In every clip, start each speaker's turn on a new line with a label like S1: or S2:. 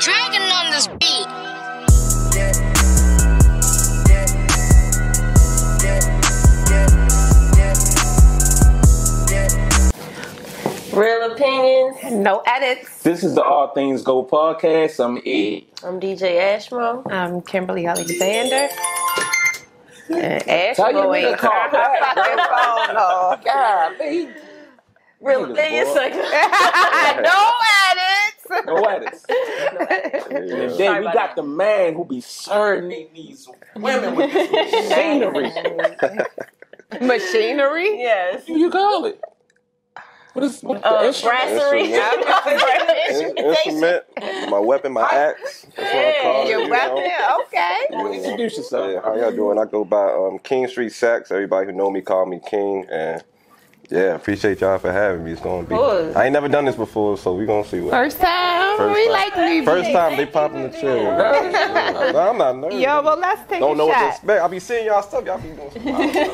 S1: Dragon on this beat.
S2: Real opinions.
S3: No edits.
S4: This is the All Things Go podcast. I'm E. Ed.
S2: I'm DJ Ashmo.
S3: I'm Kimberly Alexander. Uh, And
S4: Tell your
S3: Ashmo
S4: nigga
S3: ain't
S4: call
S3: turn her
S4: back,
S3: fucking phone off.
S4: God, baby.
S2: Real
S4: Niggas,
S2: opinions.
S4: boy.
S3: no edits.
S4: No edits. And then we
S3: about
S4: got the man who be serving these women with this machinery.
S3: Machinery.
S2: Yes.
S4: what do you call it? What is what the
S2: Uh,
S4: instrument?
S2: brasserie.
S5: In- instrument, my weapon, my axe. That's what I call it.
S3: Your
S5: you
S3: weapon.
S5: know?
S3: Okay.
S5: Yeah.
S4: Introduce yourself.
S5: Yeah, how y'all doing? I go by um, King Street Sax. Everybody who know me call me King, and yeah, appreciate y'all for having me. It's gonna be.
S2: Cool.
S5: I ain't never done this before, so we gonna see what.
S3: First time.
S5: First
S3: we
S5: time.
S3: like new
S5: First
S3: beats.
S5: time they popping the cherry. No, I'm not nervous.
S3: Yo, well, let's take
S5: don't
S3: a
S5: know what to
S3: shot.
S5: expect. I be seeing y'all stuff. Y'all be doing some wild stuff.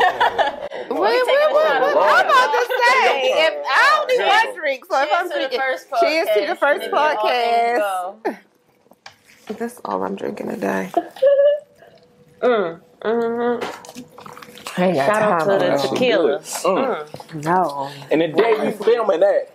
S3: Wait, wait,
S2: taking a
S3: wait,
S2: shot
S3: wait.
S2: of
S3: I'm about to say, if I don't
S5: Yeah.
S3: even drink, so if
S2: Cheers
S3: I'm
S2: to the
S3: drinking,
S2: first
S3: Cheers
S2: podcast.
S3: to the first
S2: Maybe all things
S3: podcast.
S2: go.
S3: that's all I'm drinking today.
S2: Mm. Mm-hmm. Shout out to
S4: That
S2: the
S4: shit
S2: tequila.
S4: good. Mm.
S3: No.
S4: And the day we filming that,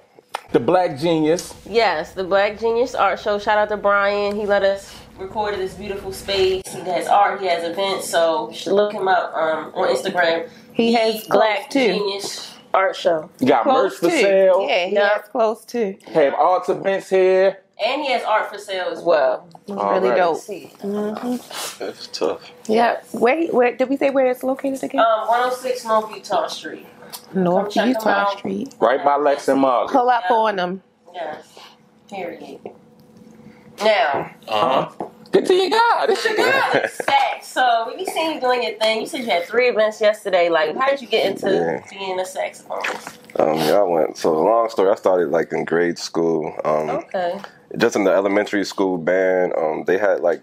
S4: the Black Genius.
S2: Yes, the Black Genius Art Show. Shout out to Brian. He let us record in this beautiful space. He has art. He has events. So you should look him up um, on Instagram.
S3: He has
S2: Black
S3: clothes, too.
S2: Genius Art Show.
S4: You got merch
S3: Clothes
S4: for
S3: too.
S4: sale.
S3: Yeah, he
S2: Yeah.
S3: has clothes too.
S4: Have art events here.
S2: And he has art for sale as well.
S3: It's
S4: All
S3: really
S4: right.
S3: dope.
S2: See.
S5: That's tough.
S3: Yeah. Where, where did we say where it's located again?
S2: Um, 106 North Utah Street.
S3: North
S2: check 'em
S3: Utah
S2: out.
S3: Street.
S4: Right by Lex and Margaret.
S3: Pull up on them.
S2: Yes. Period. Now,
S4: Uh-huh. Good to your God. This shit good.
S2: sex. So we be seeing you doing your thing. You said you had three events yesterday. Like, how did you get into
S5: Yeah.
S2: being a saxophonist?
S5: Um, yeah, I went. So long story. I started like in grade school. Um,
S2: Okay.
S5: just in the elementary school band, um, they had like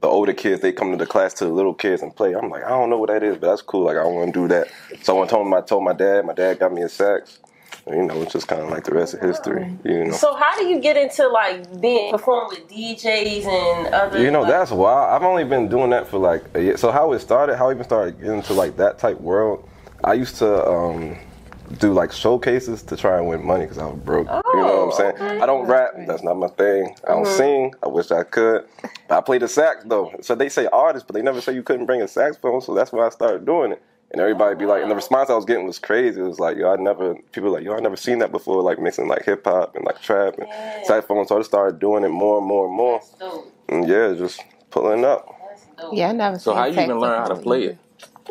S5: the older kids. They come to the class to the little kids and play. I'm like, I don't know what that is, but that's cool. Like I want to do that. So I told him. I told my dad. My dad got me a sax. And, you know, it's just kind of like the rest of history. You know.
S2: So how do you get into like being performing with DJs and other?
S5: You know,
S2: like,
S5: that's wild. I've only been doing that for like a year. So how it started, how I even started getting into like that type world, I used to um, do like showcases to try and win money because I was broke. you know what I'm saying? I don't rap. That's not my thing. I don't sing. I wish I could. But I play the sax though. So they say artist, but they never say you couldn't bring a saxophone. So that's why I started doing it. And everybody be like, and the response I was getting was crazy. It was like, yo, I never, people were like, yo, I never seen that before, like mixing like hip hop and like trap and saxophone. So I just started doing it more and more and more.
S2: that's dope.
S5: And yeah, just pulling up.
S2: That's dope.
S3: Yeah, I never.
S4: So
S3: seen
S4: how you even
S3: Texas
S4: learn how to
S3: before.
S4: play it?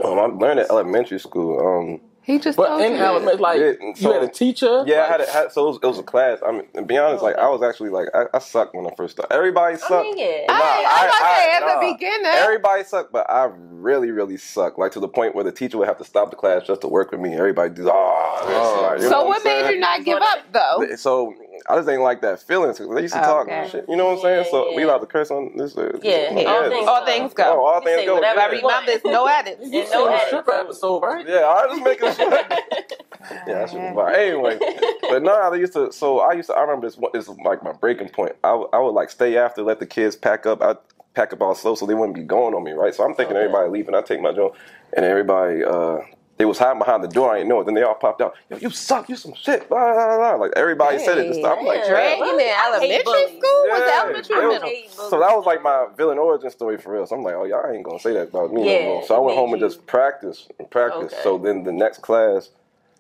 S5: Um, I learned at elementary school. um,
S3: He just
S4: But
S3: told
S4: in
S3: you.
S4: elementary, like
S5: Yeah, so-
S4: you had a teacher.
S5: Um, yeah, I had,
S4: like,
S5: a, had so it was, it was a class. I mean, to be honest, like I was actually like I, I sucked when I first started. Everybody sucked.
S2: I mean, yeah.
S3: I,
S5: I-
S3: am about to say
S5: I-
S3: as a
S5: nah.
S3: beginner.
S5: Everybody sucked, but I really, really sucked. Like to the point where the teacher would have to stop the class just to work with me. Everybody does. Oh, this," like, you know
S3: so what
S5: I'm
S3: made
S5: saying?
S3: you not give up though?
S5: So I just ain't like that feelings. 'cause They used to
S3: Oh,
S5: talk
S3: okay.
S5: and shit. You know what I'm saying? So
S2: Yeah.
S5: we allowed to curse on this. uh,
S2: Yeah.
S5: this-
S2: All things-
S3: All things go.
S5: Oh, all
S2: You
S5: things
S2: say
S5: go.
S2: whatever
S5: yeah.
S3: I remember it's no edits.
S2: And
S4: so
S2: no
S4: a
S2: edits.
S4: strip episode, right?
S5: Yeah, I was making sure. yeah, that shit was fire. Anyway, but no, I used to. So I used to. I remember this. one- This was like my breaking point. I, would- I would like stay after, let the kids pack up. I pack up all slow, so they wouldn't be going on me, right? So I'm thinking everybody leaving. I take my joint, and everybody. uh they was hiding behind the door. I didn't know it. Then they all popped out. Yo, you suck. You some shit. Blah blah blah. Like everybody said it. and stuff. I'm like,
S2: Yeah.
S5: "Damn."
S3: Dragging in elementary
S2: bullies.
S3: school was
S5: Yeah.
S3: elementary
S5: It
S3: or
S5: was-
S3: middle.
S5: So that was like my villain origin story for real. So I'm like, oh, y'all ain't gonna say that about me
S2: Yeah,
S5: no more. So I
S2: it
S5: went
S2: made
S5: home and
S2: you-
S5: just practiced and practiced.
S2: Okay.
S5: So then the next class,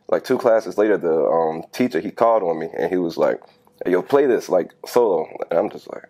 S5: like two classes later, the um, teacher he called on me and he was like, hey, yo, play this like solo. And I'm just like,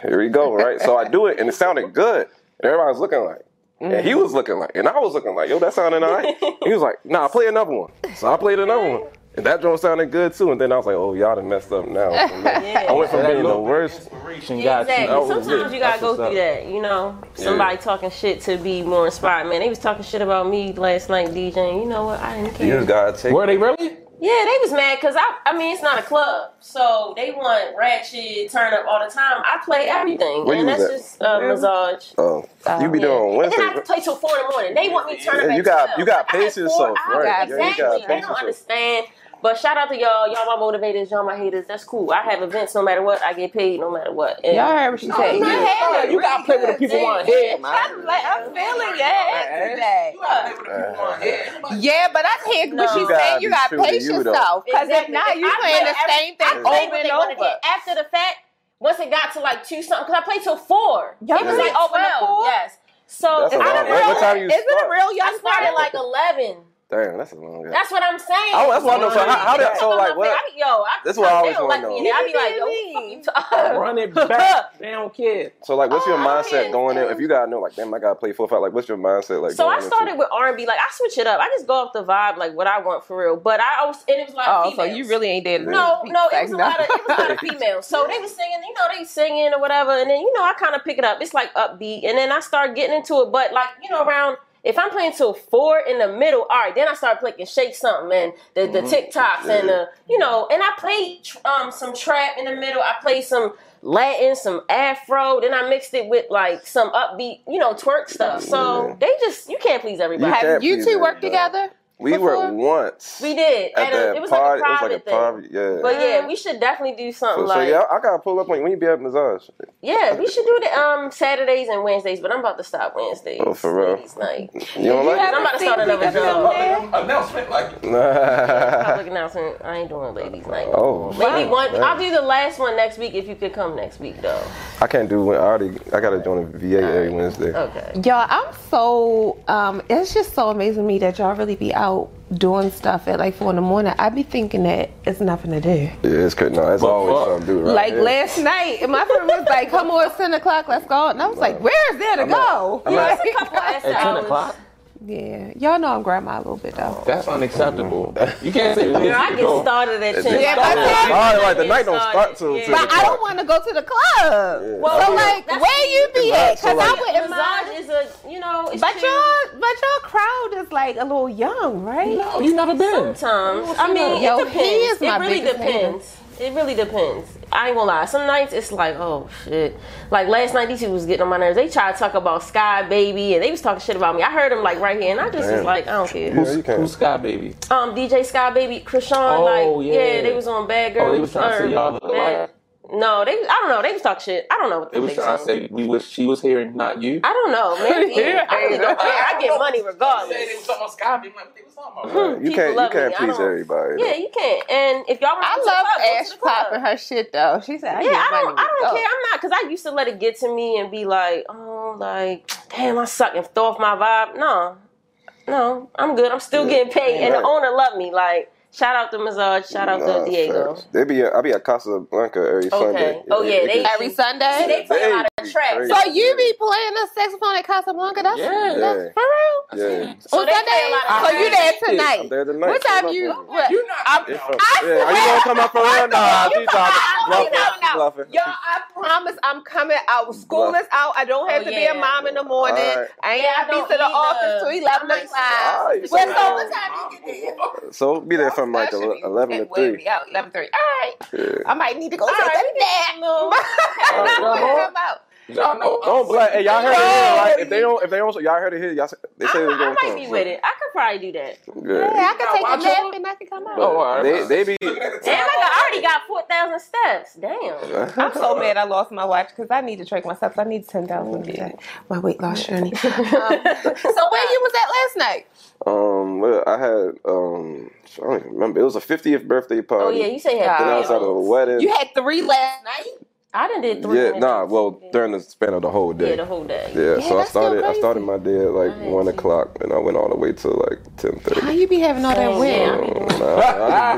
S5: here we go, right? so I do it and it sounded good. And everybody was looking like, and he was looking like, and I was looking like, yo, that sounded all right. he was like, nah, play another one. So I played another one. And that drone sounded good too. And then I was like, oh, y'all done messed up now. I went from
S4: That little
S5: being the
S4: bit of
S5: worst.
S4: Inspiration got
S2: Exactly.
S4: you. That was
S2: Sometimes
S4: it.
S2: you gotta
S4: That's
S2: go
S4: what's
S2: through
S4: up.
S2: that. You know, somebody talking shit to be more inspired. Man, they was talking shit about me last night DJing. You know what? I didn't care.
S5: You just gotta take
S4: Were they really?
S2: Yeah, they was mad because I, I mean, it's not a club, so they want ratchet, turn up all the time. I play everything,
S5: Where
S2: and
S5: you
S2: that's
S5: was at?
S2: just uh, massage.
S5: Oh, you be doing
S2: Yeah.
S5: on
S2: and then I
S5: Wednesday.
S2: have to play till four in the morning. They want me to turn
S5: Yeah,
S2: up.
S5: you
S2: at
S5: got-
S2: 12.
S5: you gotta
S2: I had
S5: pace
S2: four
S5: yourself,
S2: hours.
S5: right. Yeah, you
S2: Exactly.
S5: gotta
S2: they
S5: pace
S2: don't
S5: yourself.
S2: understand. But shout out to y'all. Y'all my motivators. Y'all my haters. That's cool. I have events no matter what. I get paid no matter what. And
S3: Y'all heard what she said.
S2: my
S3: Yeah.
S4: Oh, you gotta play with the people on head, man.
S3: I'm like, I'm feeling that today.
S4: You gotta play with the people on head.
S3: Yeah, but I hear
S2: No.
S3: what she's
S2: You
S5: gotta
S3: saying. You
S5: be
S3: got
S5: true to
S3: pace
S5: you, though.
S3: yourself. Because if
S2: Exactly.
S3: not, you
S2: I
S3: playing
S2: play
S3: the
S2: every-
S3: same thing
S2: I play
S3: over
S2: what
S3: and
S2: they wanna
S3: over.
S2: get After the fact, once it got to like two something, because I played till four.
S3: Y'all
S2: it was
S3: played
S2: like open to
S3: till
S2: four.
S3: four?
S2: Yes. So
S5: That's a
S2: I
S5: long.
S2: didn't
S5: What, what
S2: realize-
S5: time you
S3: Isn't it
S5: start?
S3: a real young
S2: I started like eleven.
S5: Damn, that's a long. Guy.
S2: That's what I'm saying.
S5: Oh, that's what I know. So how- how that- so,
S2: Like,
S5: like,
S2: I'm
S5: what-
S2: I be, yo, I,
S5: That's what I always
S2: feel
S5: wanna
S2: like
S5: know.
S2: me in there. I be like, yo, what
S3: You
S2: the fuck you talking?
S4: Run it back. They don't care.
S5: So like, what's your
S2: Oh,
S5: mindset
S2: yeah.
S5: going in? If you gotta know, like, damn, I gotta play four five. Like, what's your mindset like?
S2: So
S5: going
S2: I started
S5: Into?
S2: with R and B. Like I switch it up. I just go off the vibe, like what I want for real. But I always and it was like
S3: Oh, so
S2: females.
S3: you really ain't there. to
S2: No,
S3: be
S2: no, it
S3: like,
S2: was a
S3: no.
S2: lot of it was a lot of females. So they were singing, you know, they singing or whatever, and then you know I kind of pick it up. It's like upbeat, and then I start getting into it. But like you know, around if I'm playing till four in the middle, all right, then I start playing shake something and the, the
S5: Mm-hmm.
S2: TikToks and the you know, and I played um some trap in the middle. I played some Latin, some Afro, then I mixed it with like some upbeat, you know, twerk stuff. So
S5: Yeah.
S2: they just you can't please everybody.
S5: You
S3: Have
S5: can't
S3: you
S5: be
S3: two
S5: there,
S3: worked
S5: bro.
S3: together?
S5: We
S3: before?
S5: were once.
S2: we did
S5: at
S2: and uh,
S5: that
S2: it was
S5: party.
S2: like a
S5: it was
S2: private
S5: like a
S2: thing.
S5: private. Yeah.
S2: But yeah, we should definitely do something
S5: so, so,
S2: like
S5: yeah, I gotta pull up on you when you be at massage.
S2: Yeah, we should do the um Saturdays and Wednesdays, but I'm about to stop Wednesdays.
S5: Oh, for real?
S2: Ladies night.
S5: You don't
S2: I'm
S5: like
S2: about to start another job.
S4: Announcement like
S5: it? Nah.
S2: Public announcement. I ain't doing ladies night.
S5: oh.
S2: Maybe one.
S5: man.
S2: I'll do the last one next week if you could come next week though.
S5: I can't do. When, I already. I gotta join a VA every Wednesday.
S2: Okay.
S3: Y'all, I'm so um it's just so amazing to me that y'all really be out doing stuff at like four in the morning. I be thinking that it's nothing to do.
S5: Yeah, it's crazy. No, that's
S4: But
S5: always
S4: fuck.
S5: something to do. Right
S3: like
S5: here.
S3: last night, and my friend was like, "Come on, it's ten o'clock, let's go." And I was like, "Where is there to go?"
S5: I'm not-
S3: Like-
S2: Last
S4: at ten
S2: hours.
S4: o'clock.
S3: yeah, y'all know I'm grandma a little bit though.
S5: Oh.
S4: That's unacceptable. You can't say
S2: Girl, I get started at ten.
S3: Yeah,
S2: o'clock.
S3: but then-
S5: Oh, like, the night don't
S2: Get
S5: start till-
S2: yeah.
S5: till-
S3: But I don't want to go to the club.
S5: Well,
S3: so
S5: yeah.
S3: like,
S2: that's-
S3: where you be
S5: Right,
S3: at?
S5: so,
S3: Cause
S5: like-
S3: I wouldn't mind.
S2: Massage is a you know. It's
S3: But
S2: chill
S3: y'all, but your crowd is like a little young, right?
S4: You never been.
S2: Sometimes I mean
S3: Yo,
S2: it
S3: he
S2: depends.
S3: is my
S2: it really
S3: biggest hater.
S2: depends. It really depends. I ain't gonna lie. Some nights it's like, oh shit. Like last night, these two was getting on my nerves. They tried to talk about Sky Baby and they was talking shit about me. I heard them like right here, and I just was
S5: Damn.
S2: like, I don't care.
S5: Yeah,
S4: Who's,
S5: you can't.
S4: who's Sky Baby?
S2: Um, DJ Sky Baby, Krishan,
S4: Oh,
S2: like, yeah.
S4: yeah.
S2: they was on Bad Girl.
S4: Oh, they was trying to say y'all look alike.
S2: No, they. I don't know. They was talking shit. I don't know what
S4: They
S2: the
S4: was
S2: fuck
S4: trying to say we wish she was here and not you.
S2: I don't know. Maybe
S4: Yeah.
S2: I really don't care. I get money regardless.
S4: They was talking about Sky Baby. Like, what they was talking
S5: You
S4: about?
S2: people
S5: can't. You
S2: love me.
S5: can't
S2: I
S5: please
S2: don't-
S5: everybody.
S2: Yeah, you can't. And if y'all want
S3: I
S2: to
S3: love
S2: club, go to
S3: Ash
S2: the club.
S3: popping her shit though. She said, I
S2: Yeah,
S3: get
S2: I
S3: money Oh.
S2: don't. I
S3: to
S5: Oh.
S2: don't
S3: go.
S2: care. I'm not because I used to let it get to me and be like, oh, like, damn, I suck and throw off my vibe. No, no, I'm good. I'm still getting paid, and the
S5: Right.
S2: owner loved me. Like, shout out to Mazard, shout out to
S5: Nah,
S2: Diego.
S5: facts. They be. I be at Casablanca every Sunday.
S2: Oh, yeah,
S5: it- it
S2: they-
S5: can-
S3: Every Sunday.
S2: They play a lot
S5: They
S2: of tracks.
S5: be
S3: so you be playing the saxophone at Casablanca? That's,
S4: Yeah.
S3: that's for real.
S5: yeah.
S2: So
S3: On
S2: they play
S3: Sunday,
S2: a lot of
S3: so you
S2: tracks.
S3: there
S5: I'm
S3: tonight?
S5: there tonight.
S3: What
S5: Come
S3: time
S5: up
S3: you?
S5: on.
S3: What?
S4: You're not.
S5: It's
S4: no.
S5: from- Yeah, are you gonna come out for real? Nah, she's talking.
S3: No,
S5: Bluffing.
S3: no, no.
S5: Bluffing.
S3: Y'all, I promise I'm coming out. School
S5: Bluff.
S3: is out. I don't have
S2: Oh,
S3: to
S2: yeah.
S3: be a mom in the morning.
S5: All right.
S3: I ain't
S2: Yeah, I
S3: gotta be
S2: don't
S3: to the
S2: either.
S3: office till 11
S2: I'm
S3: o'clock.
S5: All
S3: Well,
S5: right,
S3: so
S5: so-
S3: what time do you get there?
S5: So be there from like
S3: That should be-
S5: eleven to
S3: we'll
S5: three.
S3: be out 11 to 3. All right.
S5: Yeah.
S3: I might need to go
S2: All
S3: take
S2: right,
S3: a
S2: we
S3: nap. I'm
S4: All
S3: not
S4: right,
S3: gonna
S4: y'all.
S3: come out.
S4: Y'all know.
S5: Don't black. Hey, y'all heard it here. Like, if they don't, if they don't, y'all heard it here. Y'all, say- they say
S2: I,
S5: they're
S2: I
S5: gonna
S2: might
S5: come.
S2: be with it. I could probably do that.
S5: Yeah.
S3: Yeah, I can
S4: Y'all
S3: take a
S4: watch
S3: nap
S4: y'all?
S3: and I can come out.
S4: Oh, all right.
S5: They, they be.
S2: Damn, I, got, I already got four thousand steps. Damn.
S3: I'm so mad I lost my watch because I need to track myself. I need 10,000 today. My weight loss journey. Um, so where you was at last night?
S5: Um, well, I had um, I don't even remember. It was a 50th birthday party.
S2: Oh yeah, you say you had
S5: Then I
S2: three
S5: was at a
S2: meals.
S5: wedding.
S3: You had three last night?
S2: I done did three.
S5: yeah,
S2: meals.
S5: nah. Well, during the span of the whole
S2: yeah,
S5: day.
S2: the whole day.
S5: Yeah,
S3: Yeah,
S5: so I
S3: that's still
S5: started. I
S3: crazy.
S5: started my day at like
S2: Right.
S5: one o'clock, and I went all the way till like ten
S3: How
S5: thirty. Oh,
S3: you be having all that
S2: Same.
S3: weight?
S2: Yeah. I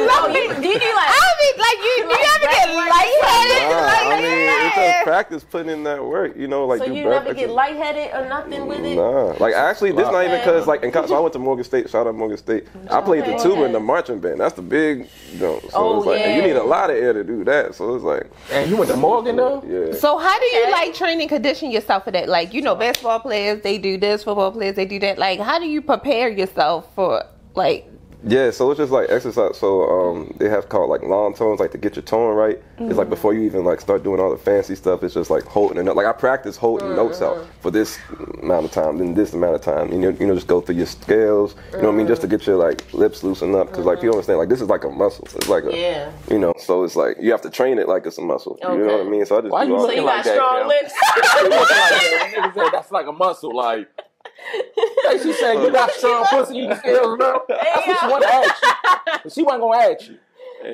S2: know.
S3: Love
S2: You,
S3: it.
S2: do you do like?
S3: I be like you. Do you ever get lightheaded? Like,
S5: I mean, it's just
S3: yeah.
S5: practice putting in that work. You know, like
S2: So
S5: do
S2: you
S5: breath
S2: never get
S5: exercise.
S2: lightheaded or nothing with it?
S5: Nah, like actually, this not even
S2: Okay.
S5: because like in college, so I went to Morgan State. Shout out Morgan State. I played the
S2: Okay.
S5: tuba and the marching band. That's the big jump. So
S2: Oh,
S5: it's like and you
S2: yeah.
S5: need a lot of air to do that. So it's like,
S4: And you went to Morgan though.
S5: yeah.
S3: So how do you
S2: Okay.
S3: like train and condition yourself for that? Like you know, basketball players they do this, football players they do that. Like how do you prepare yourself for like
S5: Yeah, so it's just like exercise. So um, they have called like long tones, like to get your tone right. It's
S2: Mm-hmm.
S5: like before you even like start doing all the fancy stuff, it's just like holding it up. Like I practice holding
S2: Mm-hmm.
S5: notes out for this amount of time, then this amount of time. You know, you know, just go through your scales. You know what I mean?
S2: Mm-hmm.
S5: Just to get your like lips loosened up, because like people understand like this is like a muscle. It's like a
S2: Yeah.
S5: you know. So it's like you have to train it like it's a muscle. You know what
S2: Okay.
S5: I mean? So I just
S4: Why
S5: do
S4: you
S5: all
S2: So you
S4: looking like
S5: that.
S2: got
S4: that,
S2: strong
S4: Kim.
S2: lips.
S4: Niggas said that's like a muscle. Like, hey, she said you got strong pussy, you just still know. That's what she want to ask you, but she wasn't gonna ask you.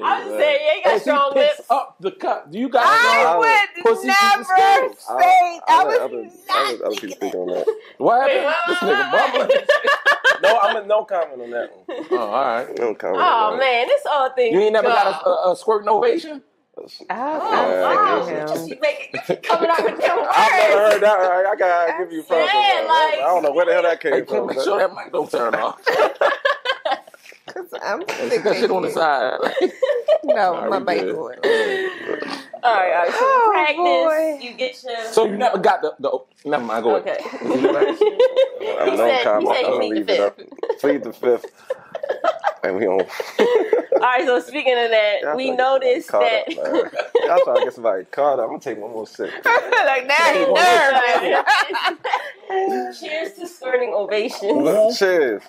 S2: I'm just saying, yeah, you got
S4: And she
S2: strong
S4: picks
S2: lips.
S4: up the cup. Do you got
S5: I
S4: strong
S5: would
S4: pussy? She just still.
S5: I, I, let other- I let other people think on that.
S4: What
S2: Wait,
S4: happened? This
S2: what,
S4: nigga
S2: what,
S4: bumbling.
S5: No, I'm a no comment on that one.
S4: Oh, all right.
S5: No comment.
S2: Oh
S5: on that.
S2: man, this all thing.
S4: You ain't never got a, Oh, a, a squirt novation?
S2: Oh,
S3: Oh, I
S5: Yeah.
S3: forgive him.
S2: She make it, coming up with them
S5: I've never
S2: words.
S5: heard that. I, I gotta give you props. on
S2: saying,
S5: that.
S2: like-
S5: I don't know where the hell that
S4: Hey,
S5: came
S4: Kim,
S5: from.
S4: make sure that mic don't turn off.
S3: I'm
S4: Stick that shit on the side.
S3: No,
S4: Nah,
S3: my
S4: we
S3: bike
S4: good.
S3: going.
S2: All right, all right. So
S3: Oh,
S2: practice.
S3: boy.
S2: You get your.
S4: So you never got the, the never mind, go
S2: okay.
S4: ahead.
S5: I'm
S2: he
S5: no
S2: said- he
S5: comment.
S2: said he
S5: I'm
S2: plead the
S5: leave it up. Plead the fifth. And we don't.
S2: all right. So speaking of that,
S5: Y'all
S2: we
S5: tryna get
S2: noticed
S5: somebody
S2: that.
S5: caught up, man. Y'all trying to get somebody caught up. I'm gonna take one more sip.
S3: like now you
S2: Cheers.
S3: nervous.
S2: Cheers to squirting ovations. All
S5: Cheers.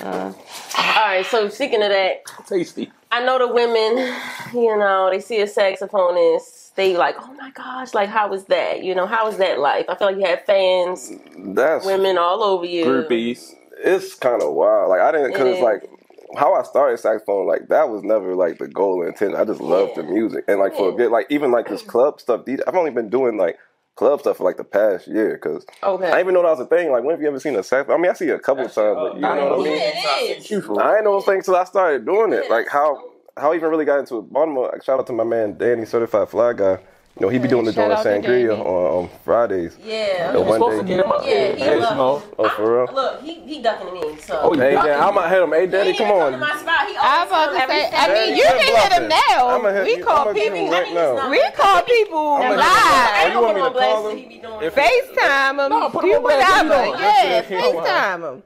S2: right. So speaking of that,
S4: Tasty.
S2: I know the women, you know, they see a saxophonist, they like, oh my gosh, like how was that? You know, how was that life? I feel like you had fans,
S5: That's
S2: women all over you.
S4: Groupies.
S5: it's kind of wild. Like I didn't
S2: It
S5: because
S2: is.
S5: like how I started saxophone, like that was never like the goal or intent. I just loved
S2: Yeah.
S5: the music and like for a
S2: Yeah.
S5: bit, like even like this club stuff. DJ I've only been doing like club stuff for like the past year because I
S2: Okay.
S5: didn't even know that was a thing. Like when have you ever seen a saxophone? I mean, I see it a couple of times, but you
S4: I
S5: know
S4: don't
S5: what
S4: know.
S5: I mean.
S2: it is.
S4: You for
S5: I ain't know thing till I started doing it.
S2: Yeah,
S5: Like how how I even really got into Baltimore. Like, shout out to my man Danny, certified fly guy. You know he be doing the
S3: shout
S5: joint at
S3: out to Danny.
S5: Sangria on, on Fridays.
S2: Yeah.
S5: The
S4: You're
S5: one
S4: supposed to
S5: day-
S4: get him up
S2: Yeah,
S4: there.
S2: he
S4: Hey, you
S2: loved
S4: know.
S5: Oh, for real.
S2: Look, he he ducking me, so.
S4: Oh, you
S5: Hey, Dan,
S4: got
S5: I'm gonna hit him. Hey,
S2: He
S5: Danny,
S2: didn't come
S5: come
S2: to
S5: on.
S2: my spot. He
S3: I was
S2: always
S3: about
S2: come
S3: to
S2: every
S3: say, I
S5: Hey,
S3: mean, you
S5: you're
S3: can hit him
S5: bluffing. I'ma
S3: now.
S5: hit
S3: We
S5: you.
S3: call
S5: I'ma get
S3: people,
S5: him right
S2: now.
S3: we call people
S5: I'ma hit him.
S2: I
S5: Hey,
S3: live.
S5: you
S2: don't put
S5: want me
S2: him
S5: to
S2: on blast.
S5: call him?
S2: He be doing
S5: If-
S3: FaceTime him.
S4: No, put him
S3: you
S4: on blast.
S3: whatever.
S4: You know.
S3: Yeah,
S5: That's it.
S3: FaceTime him.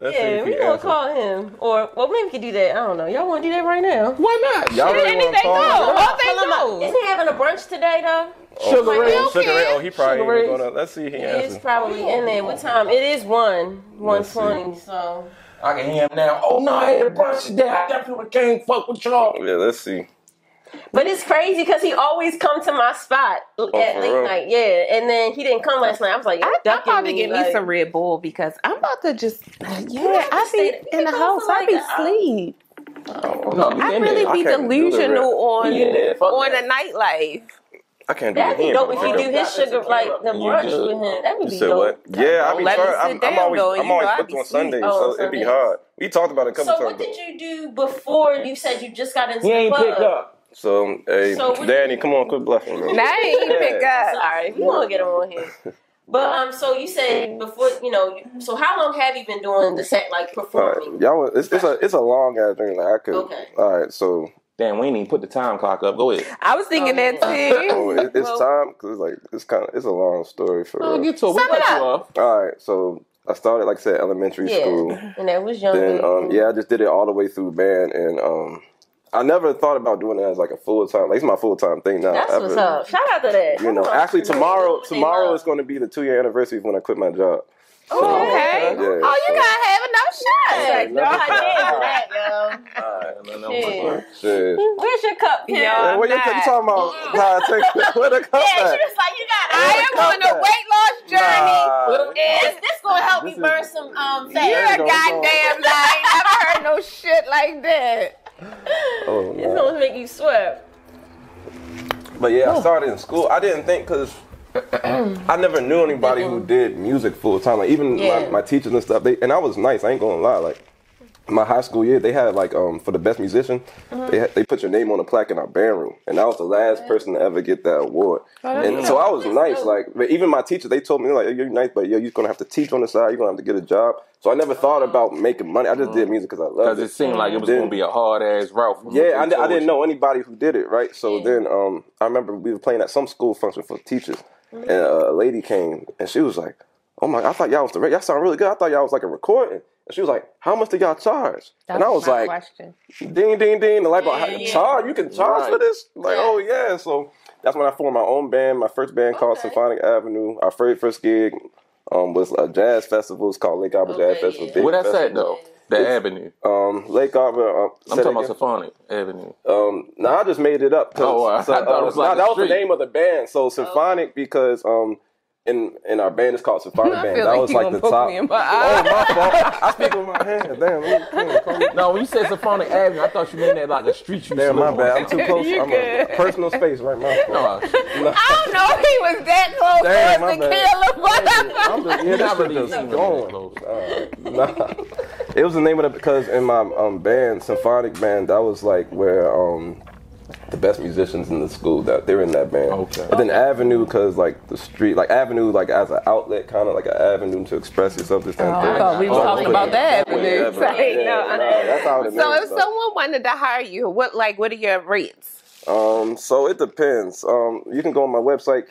S5: Let's see
S2: Yeah,
S5: if
S2: we
S5: he
S2: gonna
S5: answers.
S2: call him, or well, maybe we could do that. I don't know. Y'all want to do that right now?
S4: Why not?
S5: Y'all really
S3: Anything
S5: want to
S3: go.
S5: call him?
S3: All
S2: Tell him I-
S3: they
S2: Isn't he having a brunch today though?
S4: Sugar
S2: my
S4: Ray.
S3: God.
S5: Sugar Ray. Oh, he probably
S4: Sugar
S5: ain't
S4: Ray's-
S5: gonna. Let's see if he
S2: It's
S5: answers.
S2: probably in there. What time? It is one one
S5: Let's see.
S2: twenty. So
S4: I can hear him now. Oh no, I had a brunch today. I definitely can't fuck with y'all.
S5: Yeah, let's see.
S2: But it's crazy because he always come to my spot at
S5: Oh, for
S2: late
S5: real?
S2: night. Yeah, and then he didn't come last night. I was like,
S3: I,
S2: I,
S3: I'm about to get me some Red Bull because I'm about to just yeah. I be in the house. I be sleep.
S4: No, you
S3: I
S4: in
S3: really
S4: there.
S3: be
S5: I can't do the
S3: delusional
S5: rest.
S3: on
S4: Yeah, yeah, fuck
S3: on
S4: that.
S3: the nightlife.
S5: I can't
S2: That'd
S5: do it. He
S2: be
S5: ain't
S2: dope
S5: gonna
S2: if you
S5: pick
S2: do
S5: up.
S2: his sugar like the
S4: You
S2: brunch
S4: do.
S2: with him. That'd be
S5: You said
S2: dope.
S5: what? Yeah, I be
S3: let me
S5: trying.
S3: sit
S5: I'm, I'm
S3: down,
S5: always,
S3: though.
S5: I'm
S3: You
S5: always
S3: know I
S5: booked
S3: be
S5: on
S3: sleep.
S5: Sundays,
S2: Oh,
S5: so it'd be
S2: Sundays.
S5: hard. We talked about it a
S2: So
S5: couple times.
S2: what
S5: but-
S2: did you do before you said you just got into
S4: He
S2: the
S4: ain't
S2: club?
S4: picked up.
S5: So, hey,
S2: So what-
S5: Danny, come on, quit bluffing, man.
S3: Now I ain't
S5: Yeah.
S3: pick
S2: It's
S3: up.
S2: all right, we gonna get him on here. But um, so you said before, you know, you- so how long have you been doing the set like
S5: All
S2: performing?
S5: right, Uh, y'all, it's, it's a it's a long ass thing. Like I could.
S2: Okay.
S5: All right, so
S4: Damn, we ain't even put the time clock up. Go ahead.
S3: I was thinking that
S5: oh,
S3: too.
S5: it, it's
S3: Well-
S5: time because it's like it's kind of it's a long story for
S2: Oh,
S4: I'll
S5: real.
S4: get to it. We
S3: Sum
S4: cut
S3: it
S4: you off.
S5: All right, so I started like I said elementary
S2: Yeah.
S5: school.
S2: And that was young.
S5: Then um, yeah, I just did it all the way through band, and um, I never thought about doing it as like a full time. Like it's my full time thing now.
S2: That's what's
S5: ever.
S2: up. Shout out to that.
S5: Uh, You know,
S2: Shout out
S5: actually
S2: to them.
S5: tomorrow
S2: They
S5: tomorrow
S2: love.
S5: is going to be the two year anniversary of when I quit my job.
S3: Oh, okay.
S5: Yeah,
S3: Oh, you
S5: so-
S3: gotta have enough shots.
S5: Yeah,
S2: No, I
S5: nothing.
S2: did that, yo. Yeah.
S4: Alright,
S5: Shit.
S2: Where's your cup, Kim?
S3: Yeah.
S5: Man, what you, you
S3: not.
S5: talking about? Nah, take, where the cup
S2: Yeah,
S5: at?
S2: she was like, you got
S3: I am on a weight loss journey.
S4: Uh,
S5: Nah.
S2: This, this gonna help
S5: This
S2: me
S5: is-
S2: burn some um
S3: You're
S5: There
S2: fat.
S5: you
S3: a
S5: go,
S3: goddamn lie. I ain't never heard no shit like that.
S5: Oh,
S2: It's
S5: nah.
S2: gonna make you sweat.
S5: But yeah, I started in school. I didn't think because I never knew anybody who did music full time. Like even
S2: Yeah.
S5: my, my teachers and stuff. They and I was nice. I ain't gonna lie. Like my high school year, they had like um for the best musician, they had, they put your name on a plaque in our band room, and I was the last person to ever get that award. and so I was nice. Like but even my teacher, they told me they're like you're nice, but yo, you're gonna have to teach on the side. You're gonna have to get a job. So I never thought about making money. I just did music because I
S4: Because
S5: loved
S4: it seemed like it was
S5: Then-
S4: going to be a hard ass route. From
S5: yeah, I,
S4: what they
S5: di- I
S4: told
S5: didn't
S4: you.
S5: know anybody who did it, right? So
S2: Yeah.
S5: then um,
S2: Mm-hmm.
S5: I remember we were playing at some school function for teachers, and a lady came and she was like, "Oh my, I thought y'all was the y'all sound really good. I thought y'all was like a recording." And she was like, "How much did y'all charge?"
S3: That
S5: and I was
S3: my
S5: like,
S3: question.
S5: ding ding ding the light bulb
S2: Yeah, yeah.
S5: charge you can charge
S4: Right.
S5: for this like
S2: Yeah.
S5: oh yeah so that's when i formed my own band my first band called
S2: Okay.
S5: symphonic avenue our very first gig um, was a jazz festival it's called lake arbor jazz
S2: Okay,
S5: festival
S2: yeah.
S5: big
S4: Where that's at
S5: festival.
S4: though? The Avenue.
S5: um lake arbor uh,
S4: I'm talking about Symphonic Avenue.
S5: um no i just made it up 'cause- uh,
S4: Oh, I- I thought it was
S5: nah,
S4: like a
S5: that was the
S4: street.
S5: name of the band
S3: Oh.
S5: so symphonic because um in in our band it's called symphonic
S3: I
S5: band
S3: feel
S5: that
S3: like
S5: was
S3: you
S5: like
S3: gonna
S5: the
S3: poke
S5: top Oh,
S3: me in my eye.
S5: my fault. I speak with my hands. Damn, you- you call me-
S4: No, when you said Symphonic Avenue, I thought you meant that like a street you
S5: Damn,
S4: slip
S5: my
S4: on.
S5: bad. I'm too close.
S3: You
S5: I'm a
S3: good.
S5: personal space, right? My fault.
S4: No,
S3: I don't know he was that close
S5: Damn,
S3: for us to
S5: my bad.
S3: kill a
S5: I'm just, yeah,
S4: you're
S5: that
S4: not
S5: shit
S4: really
S5: just
S4: using
S5: going. Uh, Nah. It was the name of the because in my um, band, symphonic band, that was like where um, the best musicians in the school that they were in that band.
S4: Okay.
S5: But then Avenue, because like the street, like Avenue, like as an outlet, kind of like an avenue to express yourself. This kind of thing.
S3: thought we were
S4: Oh,
S3: talking
S4: okay.
S3: about that.
S5: Yeah,
S3: avenue.
S5: Avenue.
S3: Like,
S5: Yeah,
S3: no, I-
S5: nah, that's how it
S3: So
S5: is,
S3: if
S5: though.
S3: someone wanted to hire you, what like what are your rates?
S5: Um, so it depends. Um, you can go on my website,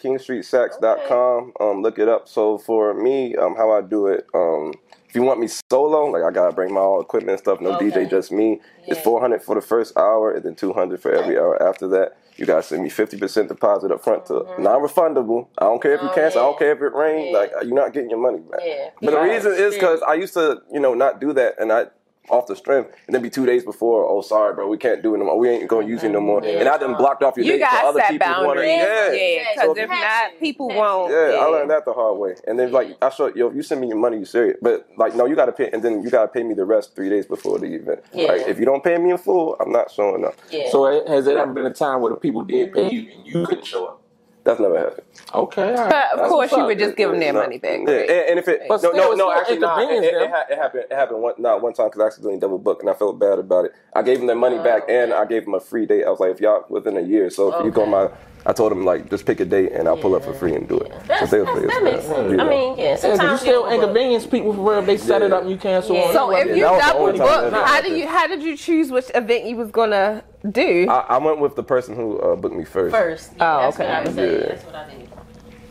S5: kingstreetsax.com, um, look it up. So for me, um, how I do it, um, if you want me solo, like I gotta bring my all equipment and stuff, no
S2: Okay.
S5: DJ, just me. It's
S2: Yeah.
S5: 400 for the first hour and then 200 for every hour after that. You gotta send me 50% deposit up front to non-refundable. I don't care if you
S2: Mm-hmm. Oh,
S5: cancel, I
S2: yeah.
S5: don't care if it rains,
S2: Yeah.
S5: like you're not getting your money back.
S2: Yeah.
S5: But the
S2: Yeah.
S5: reason is because I used to, you know, not do that and I off the strength and then be two days before, oh sorry bro, we can't do it no more. We ain't gonna use you no more. And I done blocked off your
S3: You
S5: date so
S3: guys
S5: other
S3: set
S5: people wanna
S3: boundaries.
S5: yeah.
S3: Yeah,
S2: Yeah,
S3: because
S5: so
S3: if
S5: people-
S2: Passion.
S3: not, people
S2: Passion.
S3: won't.
S5: Yeah, I learned that the hard way. And then like I showed yo, if you send me your money, you serious. But like no, you gotta pay and then you gotta pay me the rest three days before the event.
S2: Yeah.
S5: Like if you don't pay me in full, I'm not showing up.
S2: Yeah.
S4: So ha- has there ever been a time where the people did pay you and you couldn't show up?
S5: That's never happened.
S4: Okay, all right.
S3: But of
S4: That's
S3: course,
S4: what's
S3: you
S4: up.
S3: would just give them their
S5: No.
S3: money back.
S5: Yeah,
S3: right?
S5: and, and if it
S4: But
S5: no,
S4: still,
S5: no,
S4: it's
S5: no,
S4: still
S5: actually, nah, it,
S4: inconvenience,
S5: it,
S4: though.
S5: it, ha- it happened. It happened one, not one time because I accidentally double booked and I felt bad about it. I gave them their money back and I gave them a free date. I was like, if y'all within a year, so if you go
S2: Okay.
S5: my, I told them like just pick a date and I'll pull up for free and do it.
S2: That's,
S5: So they
S2: that's,
S5: was
S2: that
S5: like,
S2: makes
S5: it's
S2: sense.
S5: bad.
S2: I mean, yeah.
S4: Yeah, but you
S2: Sometimes
S4: still
S2: people book.
S4: inconvenience people for real. They set it
S5: Yeah.
S4: up and you cancel
S2: Yeah.
S4: on
S3: So
S4: it.
S3: if
S5: Yeah,
S3: you
S5: that was the
S3: double
S5: only time
S3: booked,
S5: that ever
S3: how do
S5: happened.
S3: you how did you choose which event you was gonna do?
S5: I, I went with the person who uh, booked me first.
S2: first.
S3: Oh,
S2: that's
S3: okay.
S2: What I would say.
S5: Yeah.
S2: That's what I did.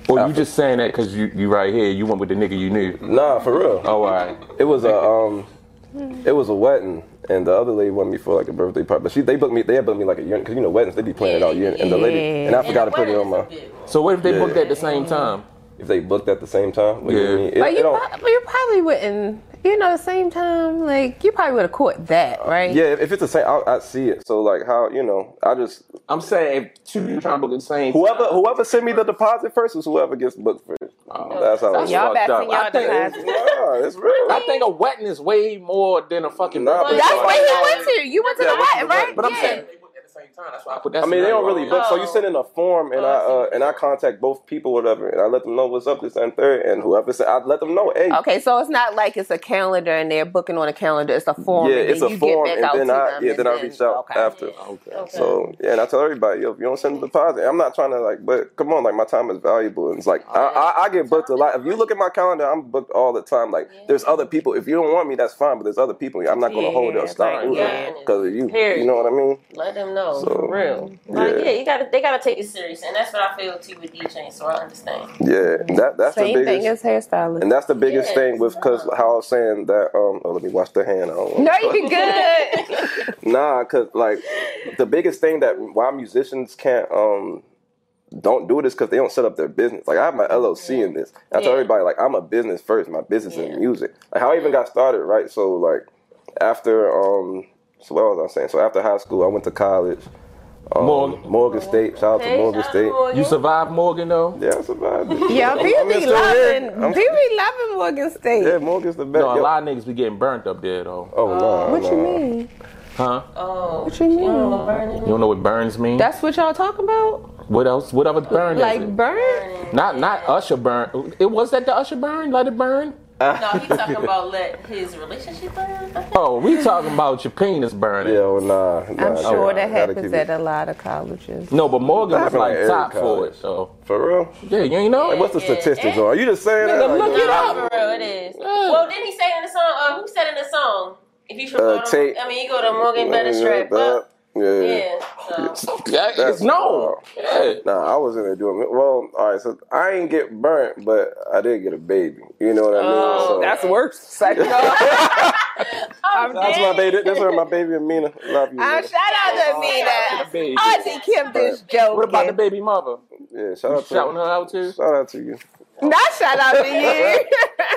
S4: Well, you just saying that because you you right here. You went with the nigga you knew.
S5: Nah, for real.
S4: Oh, all right.
S5: It was a um, it was a wedding, and the other lady wanted me for like a birthday party. But she they booked me, they had booked me like a year because you know weddings they be planning it all year. And the lady
S3: Yeah.
S5: and I forgot to put it on my
S4: So what if they
S5: Yeah.
S4: booked at the same time?
S5: if they booked at the same time. What do
S4: Yeah.
S5: you mean? It-
S3: But
S5: it
S3: you,
S5: don't-
S3: prob- you probably wouldn't. You know, the same time, like you probably would have caught that, right?
S5: Yeah, if- if it's the same, I, I see it. So like, how you know? I just
S4: I'm saying if two people trying to book at the same
S5: whoever whoever send me the deposit first is whoever gets booked first.
S4: Oh.
S5: That's how.
S3: So
S5: it's
S3: y'all
S4: fucked
S3: back
S4: up.
S3: in y'all
S4: I think-
S3: deposits.
S5: Nah, it's real.
S4: I think a wetting is way more than a fucking.
S5: Nah,
S4: birthday.
S5: but-
S3: That's where you went to. You went to
S5: Yeah,
S3: the
S5: I went
S3: wet,
S5: to the
S3: right?
S5: wet,
S4: But I'm
S3: yeah.
S4: saying they booked at the same time. That's why I put that.
S5: I mean, they don't really book, so you
S3: Oh.
S5: send in a form, and I
S2: Oh, I
S5: uh, and I contact both people, whatever, and I let them know what's up this and third, and whoever said, I let them know, hey,
S3: Okay, so it's not like it's a calendar and they're booking on a calendar. It's a form.
S5: yeah,
S3: and then
S5: it's a
S3: you
S5: form,
S3: get
S5: and
S3: back out
S5: then
S3: to
S5: I
S3: them
S5: yeah,
S3: and
S5: then I reach out
S3: okay.
S5: after.
S4: Okay.
S2: Okay.
S5: So yeah, and I tell everybody, yo, if you don't send the deposit, I'm not trying to like, but come on, like my time is valuable, and it's like
S2: Oh,
S5: I, I, I get booked a lot. If you look at my calendar, I'm booked all the time. Like there's other people. If you don't want me, that's fine, but there's other people. I'm not going to hold
S3: Yeah,
S5: up, stop
S3: right,
S2: yeah.
S5: moving because of you.
S2: Period.
S5: You know what I mean?
S2: Let them know
S5: So,
S2: for real. Like,
S5: yeah.
S2: yeah, you gotta they gotta take it serious, and that's what I feel too with DJing. So I understand.
S5: Yeah, that that's
S3: Same
S5: the biggest.
S3: thing as hairstylist.
S5: and that's the biggest
S2: Yes.
S5: thing with because how I was saying that. Um, oh, let me wash the hand. I don't wanna
S3: no,
S5: touch-
S3: you good.
S5: Nah, cause like the biggest thing that why musicians can't um don't do this because they don't set up their business. Like I have my LLC in this. I tell
S2: Yeah.
S5: everybody like I'm a business first. My business
S2: Yeah.
S5: is music. Like how I even got started, right? So like after um so what was I saying? So after high school, I went to college. Um,
S4: Morgan.
S5: Morgan. State. Shout out to Morgan State.
S4: You survived Morgan though.
S5: Yeah, I survived. it.
S3: yeah,
S5: I'm-
S3: we
S5: I'm
S3: be
S5: still here.
S3: loving,
S5: I'm-
S3: we be loving Morgan State.
S5: Yeah, Morgan's the best.
S4: No, a
S5: Yo-
S4: lot of niggas be getting burnt up there though.
S5: Oh no.
S3: What you
S5: no.
S3: mean?
S4: Huh?
S2: Oh,
S3: What you mean?
S4: You don't know what burns mean?
S3: That's what y'all talking about?
S4: what else? What other burn is
S3: Like
S4: it?
S3: burn?
S4: Not not Usher burn. It was that the Usher burn. Let it burn.
S2: no,
S5: Ah,
S2: he's talking about let his relationship burn. I think.
S4: Oh, we talking about your penis burning.
S5: Yeah, well, nah, nah.
S3: I'm sure that
S5: nah, gotta
S3: happens
S5: keep
S3: at
S5: it-
S3: a lot of colleges.
S4: No, but Morgan was
S5: Happened
S4: like
S5: at
S4: top
S5: every
S4: for it.
S5: college.
S4: So
S5: For real?
S4: yeah, you ain't know.
S5: What's the
S2: Yeah.
S5: statistics on? Are you just saying that?
S4: Nigga,
S5: Like,
S4: look it
S2: No,
S4: up.
S2: for real, it is. Well, didn't he say in the song? Uh, who said in the song? If you should
S5: Uh,
S2: go to,
S5: Tate.
S2: I mean, you go to Morgan, better
S5: Yeah,
S2: strap
S5: that-
S2: up.
S5: Yeah.
S2: Yeah.
S4: It's okay. It's known. Yeah.
S5: Nah, I was in there doing well. All right, so I ain't get burnt, but I did get a baby. You know what I mean? so,
S1: That's worse. Second off.
S2: I'm
S5: that's my baby. That's where my baby Amina. Love you.
S1: Uh,
S5: Amina.
S1: shout out to Amina.
S4: Baby.
S5: Oh,
S1: Auntie Kim just joking.
S4: What about the baby mother?
S5: yeah, shout out to
S4: Shouting her out too.
S5: Shout out to you.
S1: Not shout out to you.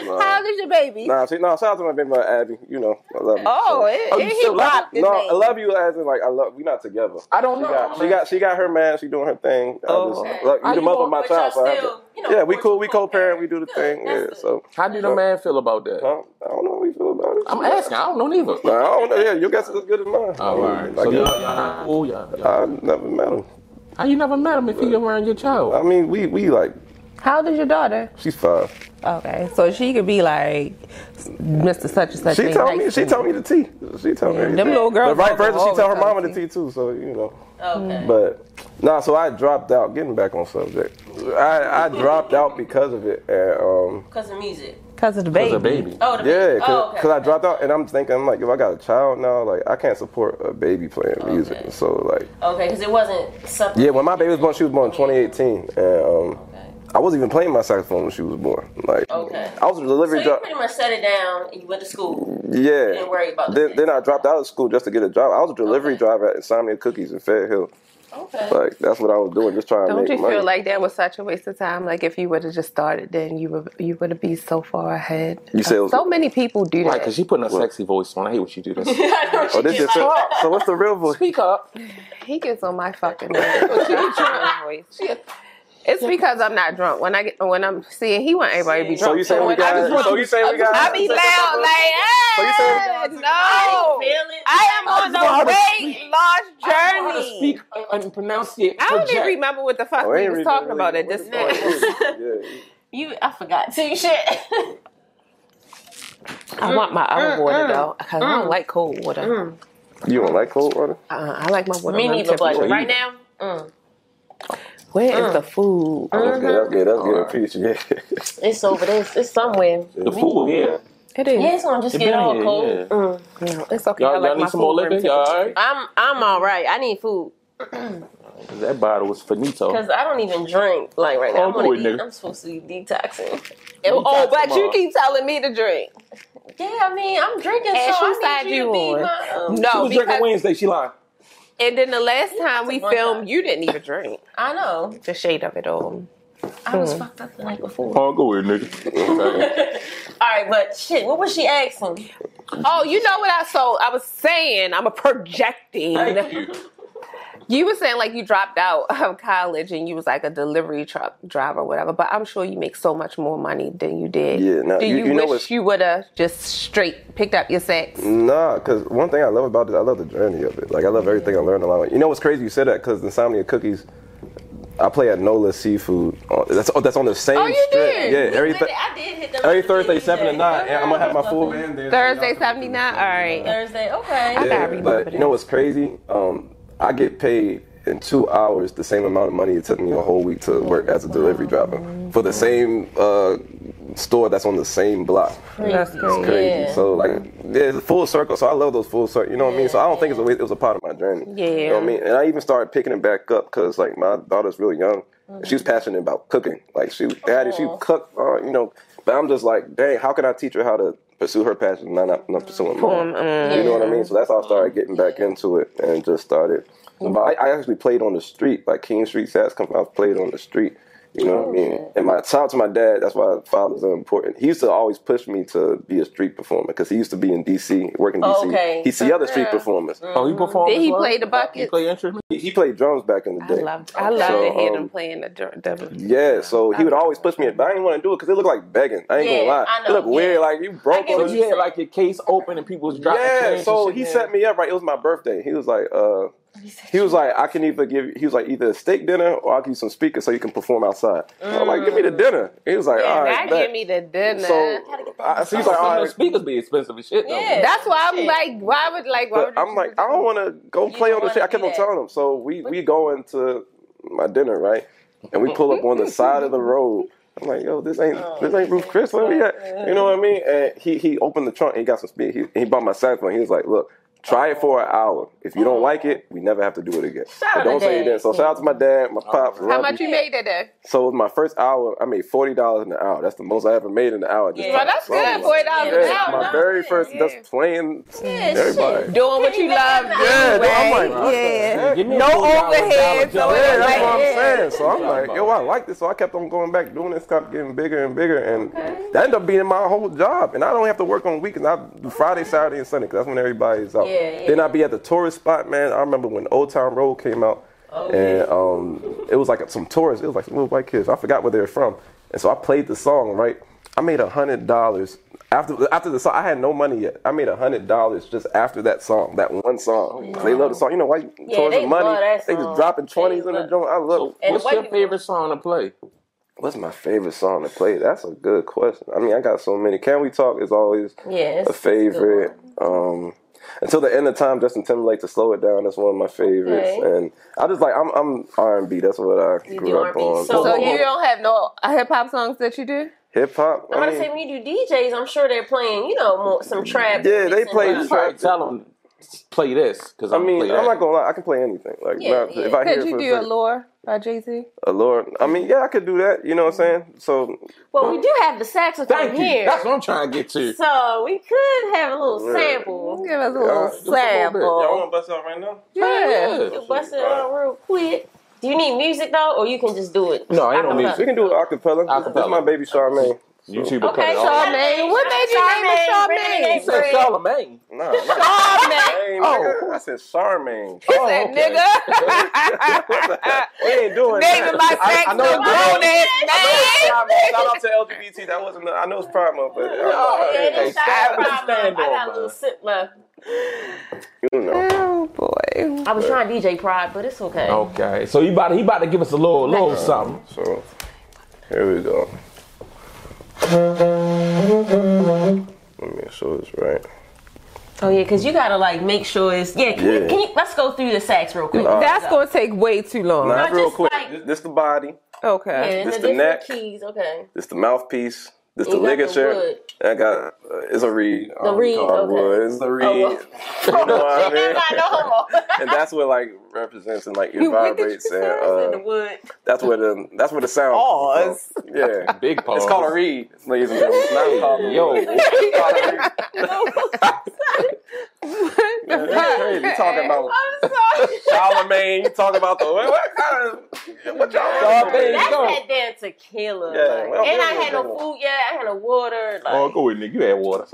S5: Nah.
S1: How old is your baby?
S5: Nah, see, no, shout out to my baby mother Abby. You know, I love you.
S1: Oh, it,
S4: Oh, you
S1: it, he
S4: still love
S1: blocked his
S5: no, I
S1: name.
S5: love you as in like I love. We not together.
S4: I don't
S5: She
S4: know.
S5: got, she got, she got her man. She doing her thing. I
S4: Oh.
S5: just, like,
S4: Are
S5: you the
S4: you
S5: mother of
S4: on-
S5: my
S2: but
S5: child.
S2: y'all
S5: So I had
S2: still,
S5: to-
S2: you know,
S5: yeah, we cool. We
S2: co-parent.
S5: co-parent. We do the thing. Yeah.
S2: That's
S5: So
S4: How do the man feel about that?
S5: huh? I don't know how you feel about it.
S4: I'm asking. I don't know neither.
S5: Nah, I don't know. Yeah, your guess is as good as mine.
S4: Oh, all right.
S5: Like,
S4: So y'all, y'all not cool, y'all. y'all-
S5: I never met him.
S4: How you never met him if you around your child?
S5: I mean, we we like
S1: How old is your daughter?
S5: she's five.
S1: Okay, so she could be like Mr. Such and Such.
S5: She
S1: ain't
S5: told
S1: like
S5: me. She
S1: you.
S5: told me the tea. She told me.
S1: Them
S5: everything.
S1: little girls
S5: But right
S1: don't
S5: versa, she
S1: always
S5: told her
S1: tell
S5: mama
S1: the
S5: the tea too. So you know.
S2: Okay.
S5: But nah, so I dropped out. Getting back on subject, I, I dropped out because of it. And, um,
S2: Because of music.
S1: Cause of the
S4: As
S1: baby.
S4: a baby.
S2: Oh, the
S5: yeah,
S2: music.
S5: because
S2: oh, okay.
S5: I dropped out, and I'm thinking, I'm like, if I got a child now, like I can't support a baby playing music. So like,
S2: Okay, because it wasn't something.
S5: yeah, when my baby was born, she was born in 2018, and um,
S2: Okay.
S5: I wasn't even playing my saxophone when she was born. Like,
S2: Okay.
S5: I was a
S2: So
S5: delivery
S2: you
S5: job.
S2: pretty much set it down and you went to school.
S5: Yeah.
S2: didn't worry about the
S5: then, then I dropped out of school just to get a job. I was a delivery
S2: Okay.
S5: driver at Insomnia Cookies in Fair Hill.
S2: Okay.
S5: Like that's what I was doing, just trying to
S3: Don't
S5: make
S3: you
S5: money.
S3: feel like that was such a waste of time? Like if you would have just started, then you would you would have been so far ahead.
S5: You say it was-
S3: so many people do
S4: Right,
S3: that.
S4: because she putting a sexy voice on. I hate when she do this.
S5: oh, this just so what's the real voice?
S4: Speak up.
S3: he gets on my fucking nerves. it's because I'm not drunk. When I get when I'm seeing, he want everybody to be
S5: So
S3: drunk.
S5: you say we
S3: when
S5: got?
S3: I be drunk,
S5: So you say we got?
S1: I be loud, like,
S5: So you
S1: hey, no,
S5: said-
S1: I am on
S4: I
S1: the weight
S4: I
S1: loss
S4: wanna
S1: journey.
S4: speak and pronounce it.
S3: I don't even
S4: project.
S3: remember what the fuck
S5: Oh,
S3: we
S5: ain't
S3: was
S5: really-
S3: talking about at
S5: what
S3: this
S5: the fuck?
S3: point.
S5: Yeah.
S2: You, I forgot too. Shit.
S3: I want my other water though, because I don't like cold water.
S5: You don't like cold water?
S3: Uh, I like my water.
S2: Me
S3: room
S2: neither, but
S3: temperature.
S2: right now, mm,
S3: Where is the food?
S4: Mm.
S5: That's good. That's good. That's good. Peach. Yeah.
S2: it's over there. It's somewhere.
S4: the fool. Yeah,
S3: It is.
S2: Yeah, it's gonna just
S4: It
S2: get
S4: been
S2: all
S4: here,
S2: cold. Mm.
S4: yeah.
S3: No, it's okay. I
S4: Y'all,
S3: like
S4: y'all
S3: my
S4: need some more
S3: food room
S4: liquor. Y'all all right?
S2: I'm, I'm all right. I need food
S4: That bottle was finito.
S2: because I don't even drink like right now.
S4: Oh,
S2: I'm, gonna
S4: boy,
S2: eat-
S4: nigga.
S2: I'm supposed to be detoxing.
S3: Oh, but you
S4: tomorrow.
S3: keep telling me to drink.
S2: Yeah, I mean, I'm drinking,
S3: And
S2: so
S3: whose
S2: I
S3: side
S2: need you
S3: you
S2: to be
S3: on?
S2: my. Um,
S4: She
S3: No,
S4: was drinking
S3: oh, because
S4: Wednesday. She lying.
S3: and then the last time we
S2: one
S3: filmed,
S2: time.
S3: you didn't even drink.
S2: I know.
S3: The shade of it all.
S2: I
S3: Mm.
S2: was fucked up the night before.
S4: Oh, go ahead, nigga.
S2: All right, but shit, what was she asking?
S3: Oh, you know what I so I was saying I'm a projecting. You were saying like you dropped out of college and you was like a delivery truck driver, or whatever. But I'm sure you make so much more money than you did.
S5: Yeah, no,
S3: Do
S5: you-
S3: you,
S5: you know Mm,
S3: wish
S5: what's-
S3: you would have just straight picked up your sex?
S5: Nah, because one thing I love about this, I love the journey of it. Like, I love everything I learned along. You know what's crazy? You said that because Insomnia Cookies, I play at Nola's Seafood. on- That's, oh, that's on the same
S3: Oh, you
S5: strip.
S3: did?
S5: Yeah, every, th-
S2: I did hit the
S5: every Thursday, 7 to 9. And I'm going to have my full band there.
S3: Thursday seventy nine. All right.
S2: Thursday, okay.
S3: gotta
S5: Yeah,
S3: remember
S5: but you know
S3: that.
S5: what's crazy? Um, I get paid in two hours the same amount of money it took me a whole week to work as a delivery driver for the same uh, store that's on the same block.
S3: That's
S5: It's
S3: great.
S5: crazy.
S2: Yeah.
S5: So like, yeah, it's a full circle. So I love those full circle. You know what I mean? So I don't think it's a way, it was a part of my journey. You know what I
S3: Yeah.
S5: mean? And I even started picking it back up because like my daughter's real young. and She was passionate about cooking. Like she, daddy, she
S2: Aw.
S5: cooked. Uh, you know, but I'm just like, dang, how can I teach her how to pursue her passion and not, not pursuing mine?
S3: Um, um,
S5: You know what I mean? So that's how I started getting back into it and just started.
S2: Mm-hmm.
S5: But I, I actually played on the street, like King Street Sass Company. I played on the street. You know what I
S2: Oh,
S5: mean? And my shout out to my dad. That's why fathers are important. He used to always push me to be a street performer because he used to be in D.C. working in D.C.
S2: Oh, Okay. Mm.
S5: He see other street performers.
S4: oh, he performed.
S3: Did
S4: as
S3: he
S4: well?
S3: play the
S4: He
S3: bucket?
S4: play instrument.
S5: He, he played drums back in the
S3: I
S5: day.
S3: love I love
S5: So,
S3: to hear
S5: um,
S3: them playing the, dr- the
S5: Yeah, so he would always push me, but I didn't want to do it because it looked like begging. I ain't
S2: Yeah,
S5: gonna lie,
S2: I
S5: it
S2: know,
S5: looked weird.
S2: yeah.
S5: Like you broke
S2: get
S5: on
S4: So
S5: the
S2: what
S4: you had like your case open and people was dropping.
S5: Yeah,
S4: cans
S5: so
S4: and shit
S5: he
S4: down.
S5: set me up right. It was my birthday. He was like, uh, he was like, I can either give. He was like, either a steak dinner or I'll give you some speakers so you can perform outside. I'm like, give me the dinner. He was like, all
S3: Mm. yeah, that
S5: right, bet.
S3: give me the dinner.
S5: So I, so he's like,
S4: Some
S5: all
S4: of the
S5: right.
S4: oh, speakers be expensive as shit though.
S2: Yeah.
S3: That's why I'm like, why would like why would
S5: But
S3: you
S5: I'm like,
S3: do
S5: I don't want to go play
S2: don't
S5: on the
S2: wanna
S5: shit. I kept
S2: do
S5: on
S2: that.
S5: telling him. So we we go into my dinner right, and we pull up on the side of the road. I'm like, yo, this ain't
S3: Oh,
S5: this ain't Ruth Chris. Where we at? You know what I mean? And he he opened the trunk and he got some speed. He, he bought my saxophone. He was like, look. Try it
S3: Oh.
S5: for an hour. If you don't like it, we never have to do it again.
S2: Shout
S5: But
S2: out to
S5: don't say it
S2: Dad.
S5: then. So shout out to my dad, my pops.
S3: How
S5: love
S3: much
S5: you.
S3: you made that day?
S5: So with my first hour, I made forty dollars an hour. That's the most I ever made in an hour. Just
S2: Yeah.
S3: Well, that's good. Forty dollars an
S5: Yeah,
S3: hour.
S5: my
S2: that's
S5: very
S2: good.
S5: first.
S3: Yeah.
S5: That's playing
S2: Yeah,
S5: everybody.
S2: shit.
S3: Doing what you love.
S5: Yeah, dude,
S3: Right.
S5: I'm like, what the
S1: Yeah.
S5: heck?
S4: Give me a
S3: No
S4: $40
S3: overhead, so
S4: dollar
S5: Yeah,
S4: bill.
S5: that's
S3: Right,
S5: what I'm
S3: yeah.
S5: saying. So I'm like, yo, I like this. So I kept on going back doing this, kept getting bigger and bigger, and that ended up being my whole job. And I don't have to work on weekends. I do Friday, Saturday, and Sunday 'cause that's when everybody's out.
S2: Yeah, yeah.
S5: Then I'd be at the tourist spot, man. I remember when Old Town Road came out, and um, it was like some tourists. It was like some little white kids. I forgot where they were from, and so I played the song. Right, I made a hundred dollars. After, after the song, I had no money yet. I made a hundred dollars just after that song, that one song. 'Cause They love the song, you know. Why?
S2: Yeah,
S5: towards
S2: they
S5: the money.
S2: love that
S5: They
S2: song.
S5: just dropping twenties
S2: They
S5: in the
S2: love-
S5: joint. I love. it.
S2: And
S4: What's
S2: what
S4: your
S2: you-
S4: favorite song to play?
S5: What's my favorite song to play? That's a good question. I mean, I got so many. Can we talk? Is always
S2: Yeah, it's-
S5: a favorite. Um, until the end of time, Justin Timberlake to slow it down. That's one of my favorites.
S2: Okay.
S5: And I just like I'm I'm R and B. That's what I
S2: You
S5: grew
S2: do
S5: up
S2: R&B.
S5: on.
S2: So
S3: So you don't have no hip hop songs that you do?
S5: hip hop.
S2: I'm
S5: I
S2: gonna
S5: mean,
S2: say when you do DJs, I'm sure they're playing, you know, more, some trap.
S5: Yeah, they
S2: beats
S5: play
S2: and-
S5: trap.
S4: Try, tell them, play this because
S5: I mean,
S4: play
S5: I'm
S4: that.
S5: not gonna lie. I can play anything. Like,
S2: Yeah,
S5: not-
S2: yeah.
S5: if I hear
S3: Could
S5: it
S3: you
S5: for
S3: do
S5: a second-
S3: Allure by Jay Z?
S5: Allure. I mean, yeah, I could do that. You know what I'm
S2: Mm-hmm.
S5: saying? So
S2: Well, we do have the saxophone
S4: Thank you.
S2: here,
S4: That's what I'm trying to get to.
S2: so we could have a little
S5: Yeah.
S2: sample.
S3: Give us a
S5: Yeah,
S3: little
S4: a
S5: just
S4: little bit.
S3: sample.
S5: to bust out right now?
S3: Yeah.
S4: Yeah.
S2: Bust it out real quick. Do you need music though, or you can just do it?
S4: No, ain't no
S2: Acapella.
S4: music.
S5: We can do it acapella.
S4: Acapella.
S5: This is my baby Charmaine.
S4: YouTube will
S2: Okay,
S4: cut it off.
S3: Charmaine. What made you name it Charmaine?
S4: You said Charlemagne.
S5: Nah, nah.
S3: Charmaine.
S5: Hey,
S4: Oh.
S5: nigga. I said Charmaine.
S3: He
S4: Oh,
S3: said,
S4: okay.
S3: nigga.
S5: we ain't doing
S3: Naming my
S5: that.
S3: sex
S5: I, I know
S3: the
S5: it's
S3: grown ass name.
S5: Shout out to LGBT. That wasn't. I know it's Pride Month, but
S2: Oh, yeah,
S4: Hey,
S2: this shot
S4: stand-
S2: problem.
S4: stand
S2: I
S4: on,
S2: got a little
S4: man.
S2: sip left.
S5: you know.
S3: Oh boy.
S2: I was trying DJ Pride, but it's okay.
S4: Okay, so he about to, he about to give us a little little something.
S5: So here we go. Let me show this right.
S2: Oh yeah, because you gotta like make sure it's yeah. Can, You,
S5: Yeah.
S2: can you let's go through the sax real quick.
S5: Oh,
S4: Uh,
S3: That's gonna take way too long.
S5: Now,
S2: just
S5: real quick.
S2: like-
S5: this, this the body.
S2: yeah,
S3: Okay.
S2: and
S5: This
S2: the
S5: the
S2: different
S5: neck.
S2: keys. Okay.
S5: This the mouthpiece. This
S2: You
S5: the
S2: got the
S5: ligature.
S2: wood.
S5: I got. Uh, it's a reed. The
S2: reed, okay. Oh,
S5: Wood. It's the reed.
S2: well.
S5: you know what I mean?
S2: homo.
S5: And that's what like represents and like it
S3: What did you
S5: vibrates and
S3: say?
S5: uh,
S2: wood.
S5: that's where the that's where the sound.
S3: Pause.
S5: So, yeah.
S4: Big pause. Um,
S5: It's called a reed, ladies and gentlemen. It's not called a
S4: Yo.
S5: wood. It's called a reed. Man, that's crazy. You talking about
S2: I'm sorry.
S5: Charlemagne? You talking about the what, what kind of what y'all
S4: Charlemagne.
S5: doing?
S4: There you
S2: That's
S4: go.
S2: that damn tequila.
S5: Yeah,
S2: like.
S5: well,
S2: and
S5: yeah,
S2: I had
S5: yeah.
S2: no food yet. I had no water. Like,
S4: Oh, go with nigga. You had water.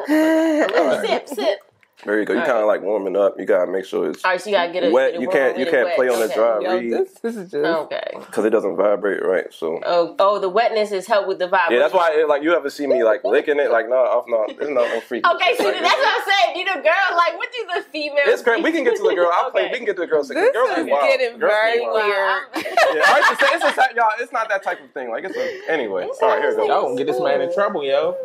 S2: Sip, sip.
S5: There you go. You kind of like warming up. You gotta make sure it's
S2: All right, so you gotta get it.
S5: wet.
S2: get it
S5: You
S2: warm,
S5: can't you
S2: get it
S5: can't
S2: wet.
S5: play on the
S2: Okay.
S5: dry
S3: Yo,
S5: reed
S3: this, this is just
S2: Okay.
S5: because it doesn't vibrate right. So
S2: Oh, oh, the wetness is helped with the vibe.
S5: yeah, that's why it, like you ever see me like licking it like no, off no, it's not no freaky.
S2: Okay, see,
S5: Like,
S2: that's what I'm saying. You the girl, like, what do the female?
S5: It's great. We can get to the girl. I'll play.
S2: Okay.
S5: We can get to the girl. section.
S3: This
S5: girls
S3: is
S5: be wild.
S3: getting
S5: girls be
S3: very
S5: wild.
S2: Wow, I'm-
S5: Yeah, I used to say it's a type, y'all. It's not that type of thing. Like it's a anyway. All right, here we
S4: Y'all
S5: go.
S4: gonna get this man in trouble, yo.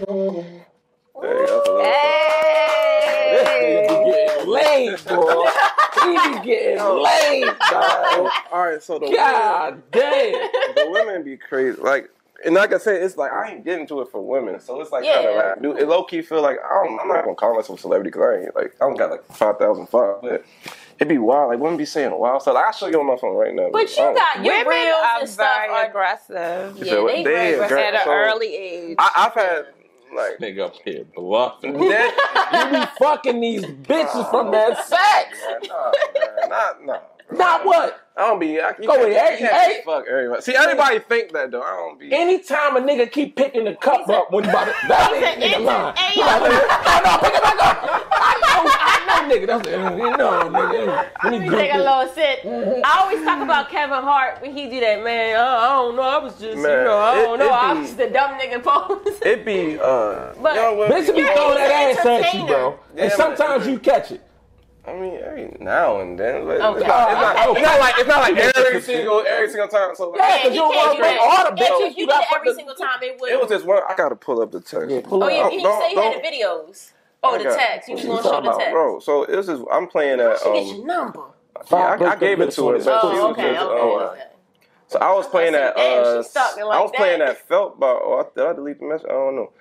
S5: There you go. That's a little-
S4: This nigga be getting laid, boy. He be getting laid, dog.
S5: All right, so the
S4: God damn.
S5: the women be crazy. Like, and like I said, it's like I ain't getting to it for women. So it's like
S2: Yeah.
S5: kind of like, dude, it low key feel like I don't, I'm not gonna call myself a celebrity because I ain't like I don't got like five thousand five, but It'd be wild. Like women be saying wild stuff. Like, I'll show you on my phone right now.
S2: But you got your
S3: Women
S2: reels
S3: are
S2: and stuff
S3: very
S2: are
S3: aggressive
S2: yeah, they
S5: Damn,
S2: great
S5: girl,
S2: at an
S5: so-
S2: early age.
S5: I, I've had like
S6: Nigga up here bluffing.
S5: that.
S4: You be fucking these bitches from that sex.
S5: nah, man, not nah.
S4: Not what?
S5: I don't be. I,
S4: Go
S5: you can't-
S4: with
S5: you
S4: every-
S5: can't
S4: every-
S5: Fuck everybody. See, everybody think that though. I don't be.
S4: Anytime a nigga keep picking the cup up when you about to, that ain't
S2: It's
S4: nigga
S2: an
S4: lying.
S2: age.
S4: He like, oh no, pick it back up. I know, I know, nigga. That's it. You know, nigga. Let me
S2: Let me take a
S4: drink
S2: little sip. I always talk about Kevin Hart when he do that, man. Oh, I don't know. I was just, you
S5: Man,
S2: know, I
S5: it-
S2: don't know.
S5: it
S2: I
S5: be-
S2: was the dumb nigga pose.
S5: It be uh.
S2: But-
S5: young women-
S4: this. Bitch be
S2: Yeah,
S4: throwing that
S2: he's
S4: ass
S2: an
S4: at you, bro.
S5: Yeah,
S4: and
S5: but-
S4: sometimes you catch it.
S5: I mean, every now and then. But
S2: Okay.
S5: it's, not, it's,
S4: Oh,
S5: not, it's not like it's not like
S4: Okay.
S5: every single every single time. So like,
S4: Yeah,
S2: Yeah,
S4: 'cause
S2: he
S4: you don't
S2: can't
S4: wanna
S2: do
S4: bring
S2: that.
S4: all the bitches.
S2: If you
S4: You
S2: did
S4: got
S2: it
S4: put
S2: every
S4: the-
S2: single time, it would.
S5: it was this one. I gotta pull up the text.
S4: Yeah, pull
S2: oh
S4: up.
S2: yeah,
S5: Oh,
S2: he
S5: don't-
S2: said you had
S5: don't-
S2: the videos. Oh, the
S5: Okay.
S2: text. You was gonna
S5: What you
S2: show
S5: talking
S2: the
S5: about,
S2: text.
S5: bro? So it was just I'm playing at
S2: She get
S5: um.
S2: your number.
S5: Yeah, I, I gave it to her. but she
S2: Oh,
S5: was
S2: okay,
S5: just,
S2: okay,
S5: uh,
S2: okay.
S5: So I was playing
S2: I said,
S5: at
S2: "Damn, she
S5: uh,
S2: stuck me
S5: I
S2: like
S5: was playing
S2: that."
S5: at Felt by oh I, did I delete the message? I don't know.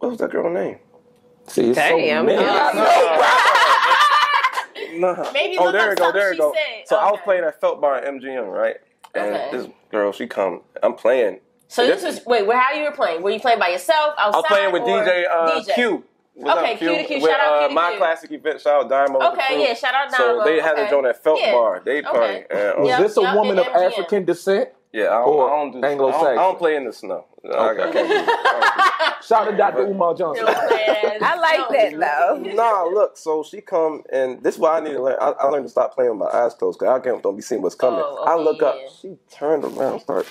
S5: What was that girl name?
S4: See, it's so
S3: Damn,
S4: many.
S3: yeah.
S5: Nah.
S2: Maybe
S5: oh
S2: look
S5: there
S2: up
S5: it go, there it
S2: something
S5: go.
S2: she said.
S5: So I was
S2: Okay.
S5: playing at Felt by MGM, right? And
S2: Okay.
S5: this girl, she come. I'm playing.
S2: So this was wait. Well, how you were playing? Were you playing by yourself? Outside,
S5: I was playing with
S2: or
S5: DJ, uh,
S2: DJ?
S5: Q. What's
S2: Okay,
S5: up,
S2: Q to Q.
S5: With,
S2: Shout out Q to
S5: uh, my
S2: Q.
S5: classic event. Shout out Dynamo. with the
S2: Okay,
S5: crew.
S2: yeah, shout out
S5: So
S2: Dynamo,
S5: they had
S2: okay.
S5: it joint at Felt
S2: Yeah,
S5: Bar. They
S2: okay.
S5: party. And,
S4: Was
S5: um,
S2: Yeah.
S4: this a
S2: Yup,
S4: woman
S2: and
S4: of
S2: MGM.
S4: African descent?
S5: Yeah, I don't,
S4: Or
S5: I don't do. I don't,
S4: Anglo-Saxon.
S5: I don't play in the snow. I- I
S4: Okay.
S5: can't do that.
S4: Shout out to Umar
S2: You
S4: Johnson.
S2: know what I'm saying?
S3: I like that though.
S5: nah, look. So she come and this is why I need to learn. I, I learned to stop playing with my eyes closed because I can't don't be seeing what's coming.
S2: Oh,
S5: I look up.
S2: yeah.
S5: She turned around, start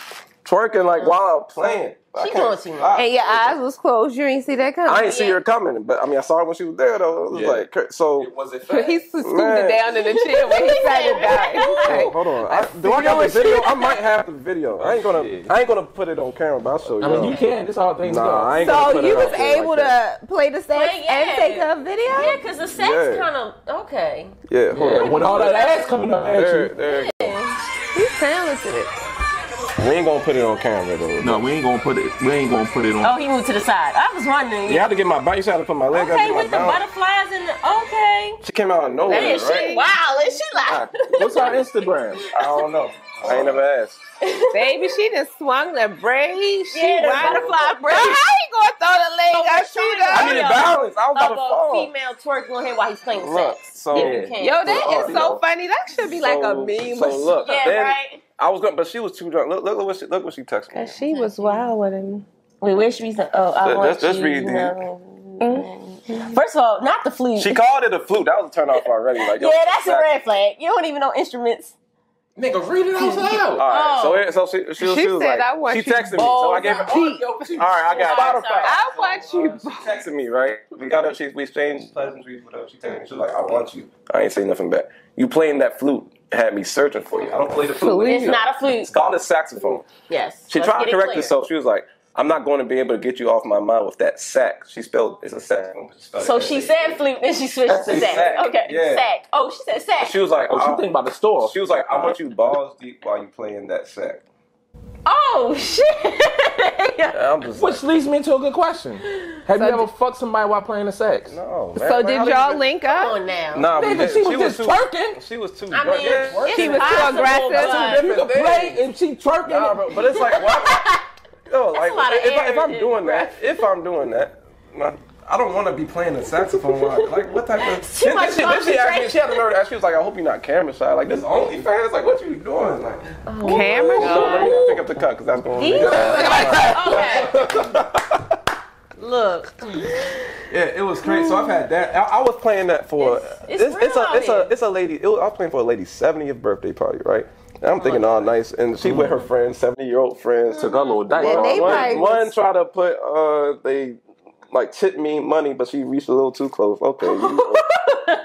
S5: twerking like while I'm playing. I
S2: She
S5: can't-
S2: doing too much.
S5: I-
S3: And your eyes was closed. You ain't see that
S5: I
S3: coming.
S5: ain't see her coming, but I mean, I saw her when she was there though. It was
S6: Yeah.
S5: like cra- so.
S6: Was it
S3: He scooted down in the chair when he said it
S5: Oh,
S3: back.
S5: hold on. I, do I got the video? I might have the video. I ain't gonna. I ain't gonna put it on camera, but I'll show you.
S4: I mean, you can. This all things go.
S5: Nah, I ain't gonna
S3: So
S5: put
S3: you
S5: it
S3: was
S5: out there
S3: able
S5: like that.
S3: to play the sex
S2: Play, yeah.
S3: and take her video.
S2: Yeah, because the sex
S5: Yeah.
S2: kind of okay.
S5: Yeah, hold
S4: Yeah,
S5: on.
S4: When all that ass coming up at
S5: There,
S4: you,
S5: there.
S3: He's talented.
S5: We ain't gonna put it on camera though.
S6: No, we ain't gonna put it. We ain't gonna put it on.
S2: Oh, he moved to the side. I was wondering.
S5: You had to get my bike. You had to put my leg
S2: Okay,
S5: up.
S2: with the butterflies and the okay.
S5: She came out of nowhere,
S2: Man,
S5: right?
S2: she wild and she like.
S4: what's her Instagram?
S5: I don't know. I ain't never asked.
S3: Baby, she done swung the braid. She
S2: Yeah, the
S3: wild.
S2: butterfly braid.
S3: Girl, how you gonna throw the leg out you
S2: I
S5: I
S3: though?
S5: need a balance. I was about
S2: Of
S5: to
S2: a
S5: fall.
S2: female twerk on here while he's playing
S5: Look,
S2: sex.
S5: so
S2: Yeah, you can't.
S3: Yo, that
S5: Oh,
S3: is
S5: yo.
S3: so funny. That should be like a
S5: So-
S3: meme.
S5: So look,
S2: Yeah,
S5: then
S2: right.
S5: I was going, but she was too drunk. Look, look what she, look what she texted me.
S3: She was wild with him.
S2: Wait, where should we say? Oh, I
S5: Let-
S2: want
S5: let's- let's
S2: you.
S5: read these.
S2: know. First of all, not the flute.
S5: She called it a flute. That was a turn off already. Like, yo,
S2: yeah, that's a
S5: that-
S2: red flag. You don't even know instruments.
S4: Nigga, read it out loud.
S5: All
S2: Oh.
S5: right, so it, so she, she, was-
S3: She
S5: she was
S3: said,
S5: like,
S3: "I want
S5: she
S3: you
S5: texted me, so I gave her. oh, All right, I got it.
S2: Spotify.
S3: I want you.
S5: She texted me, right? We got up, she, we exchanged pleasantries, whatever. She texted me, she was like, I want you. I ain't say nothing back. You playing that flute had me searching for you. I don't play the flute.
S2: It's not a flute.
S5: It's called a saxophone.
S2: Yes.
S5: She
S2: let's
S5: tried
S2: get
S5: to
S2: it
S5: correct
S2: clear.
S5: herself. She was like, I'm not going to be able to get you off my mind with that sack. She spelled it's a sack.
S2: So she said flute, then she switched to
S5: She
S2: sack.
S5: sack,
S2: Okay,
S5: yeah.
S2: sack. Oh, she said sack.
S5: She was like,
S4: Oh, she
S5: "I-
S4: think about the store.
S5: she was like, I want you balls deep while you playing that sack.
S2: Oh shit.
S5: I'm just
S4: Which leads me into a good question. Have you
S3: So
S4: ever fucked somebody while playing the sex?
S5: no, oh,
S3: So
S5: man. Like, how
S3: did
S5: they
S3: y'all
S5: even-
S3: link
S2: Come
S3: up?
S2: on now.
S5: Nah, we
S4: Nigga,
S5: didn't.
S4: she was just
S5: too,
S4: twerking.
S5: She was too.
S2: I
S5: drunk.
S2: mean,
S5: Yeah, twerking.
S2: it's
S3: She was too
S2: possible,
S3: aggressive.
S2: but-
S4: You can play and she twerking.
S5: Nah, bro, but it's like, why? Yo, like,
S2: lot of
S5: if, I, if
S2: air
S5: I'm
S2: in
S5: doing that,
S2: breath.
S5: if I'm doing that, my, I don't want to be playing the saxophone. While, like, what type of?
S2: Too much
S5: she, then she, asked me,
S2: concentration.
S5: she had a nerve to ask. She was like, "I hope you're not camera shy." Like, this OnlyFans. Like, what you doing? Like,
S2: Oh,
S3: Camera
S5: no, let me not pick up the cut because that's going.
S2: These-
S5: to
S2: okay. Look,
S5: Yeah, it was crazy. So I've had that. I, I was playing that for
S2: It's- it's real
S5: a
S2: out
S5: it's
S2: here.
S5: a it's a lady. It was, I was playing for a lady's 70th birthday party, right? And I'm thinking all nice, and she with her friends, 70 year old friends, took
S4: Took her little dice.
S3: Well, they probably
S5: one, one
S3: was-
S5: tried to put uh they like tip me money, but she reached a little too close. Okay. you-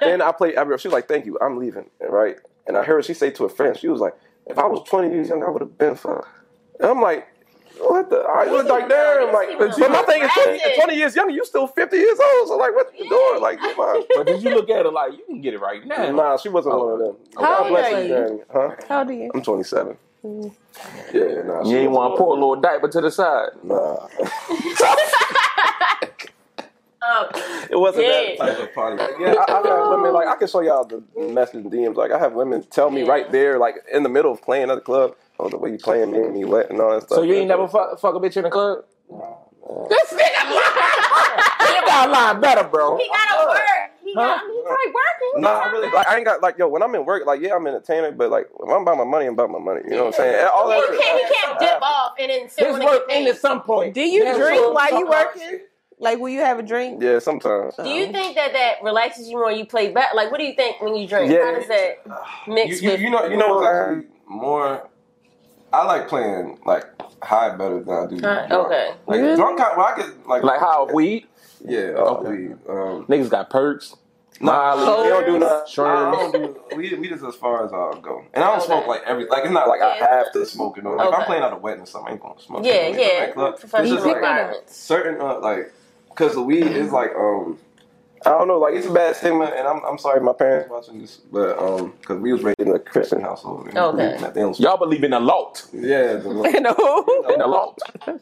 S5: then I played. I mean, she was like, "Thank you, I'm leaving." Right? And I heard she say to a friend, she was like, "If I was 20 years young, I would have been fine." And I'm like. What the? I look like damn. Like,
S2: These
S5: but my thing is, 20,
S2: aggressive.
S5: 20 years younger, you still 50 years old. So like, what you doing? Like, come on.
S4: But did you look at her like you can get it right now?
S5: Nah, she wasn't one of them.
S3: How
S5: God
S3: old
S5: bless
S3: are
S5: you,
S3: you? Mm.
S5: Jeremy. Huh?
S3: How do you?
S5: I'm 27. Yeah, nah.
S4: You
S5: she
S4: ain't
S5: was
S4: want to
S5: one
S4: pour a little diaper to the side.
S5: of them. Nah.
S2: up.
S5: It wasn't
S2: Yeah.
S5: that type of party. Yeah, I, I've had women like I can show y'all the message and DMs. Like I have women tell me right there, like in the middle of playing at the club, oh the way you playing made me wet and all that stuff.
S4: So you ain't never fuck, fuck a bitch in the club?
S3: This nigga
S4: You got lying better, bro.
S2: He gotta work. He got,
S4: Huh?
S2: he probably working.
S5: Nah, I really like I ain't got like yo when I'm in work like yeah I'm entertaining but like when I'm about my money I'm about my money you know what I'm saying And all that
S2: He can't, he can't dip off and then sit
S4: This
S2: on
S4: work
S2: the
S4: end at some point.
S1: Do you
S4: Yeah,
S1: drink
S4: so-
S1: while you working? Like, will you have a drink?
S5: yeah sometimes
S2: Do you think that that relaxes you more? You play back. Like, what do you think when you drink?
S5: Yeah.
S2: How does that mix
S5: you, you,
S2: with?
S5: you know, you know what's actually more. I like playing like high better than I do.
S2: High,
S5: drunk.
S2: okay.
S5: Like drunk, I, well, I get like
S4: Like how weed?
S5: yeah. Uh, we, um,
S4: Niggas got perks. Molly.
S5: we don't do nothing. I
S4: Shrooms.
S5: don't do, we, we just as far as I'll go, and I don't
S2: Okay.
S5: smoke like every like it's not like I
S2: Yeah.
S5: have to smoke it. Or, like if
S2: Okay.
S5: I'm playing at a wedding, or something I ain't gonna smoke.
S2: Yeah,
S5: it,
S2: yeah.
S5: Like, look, it's
S2: Professional
S5: just, like,
S2: environments.
S5: certain uh, like because the weed is like um I don't know like it's a bad stigma and I'm I'm sorry my parents watching this but um because we was raised in a Christian household and
S2: Okay.
S5: they don't smoke.
S4: Y'all believe in the lot.
S5: yeah the-
S3: lying. No.
S4: In the lot.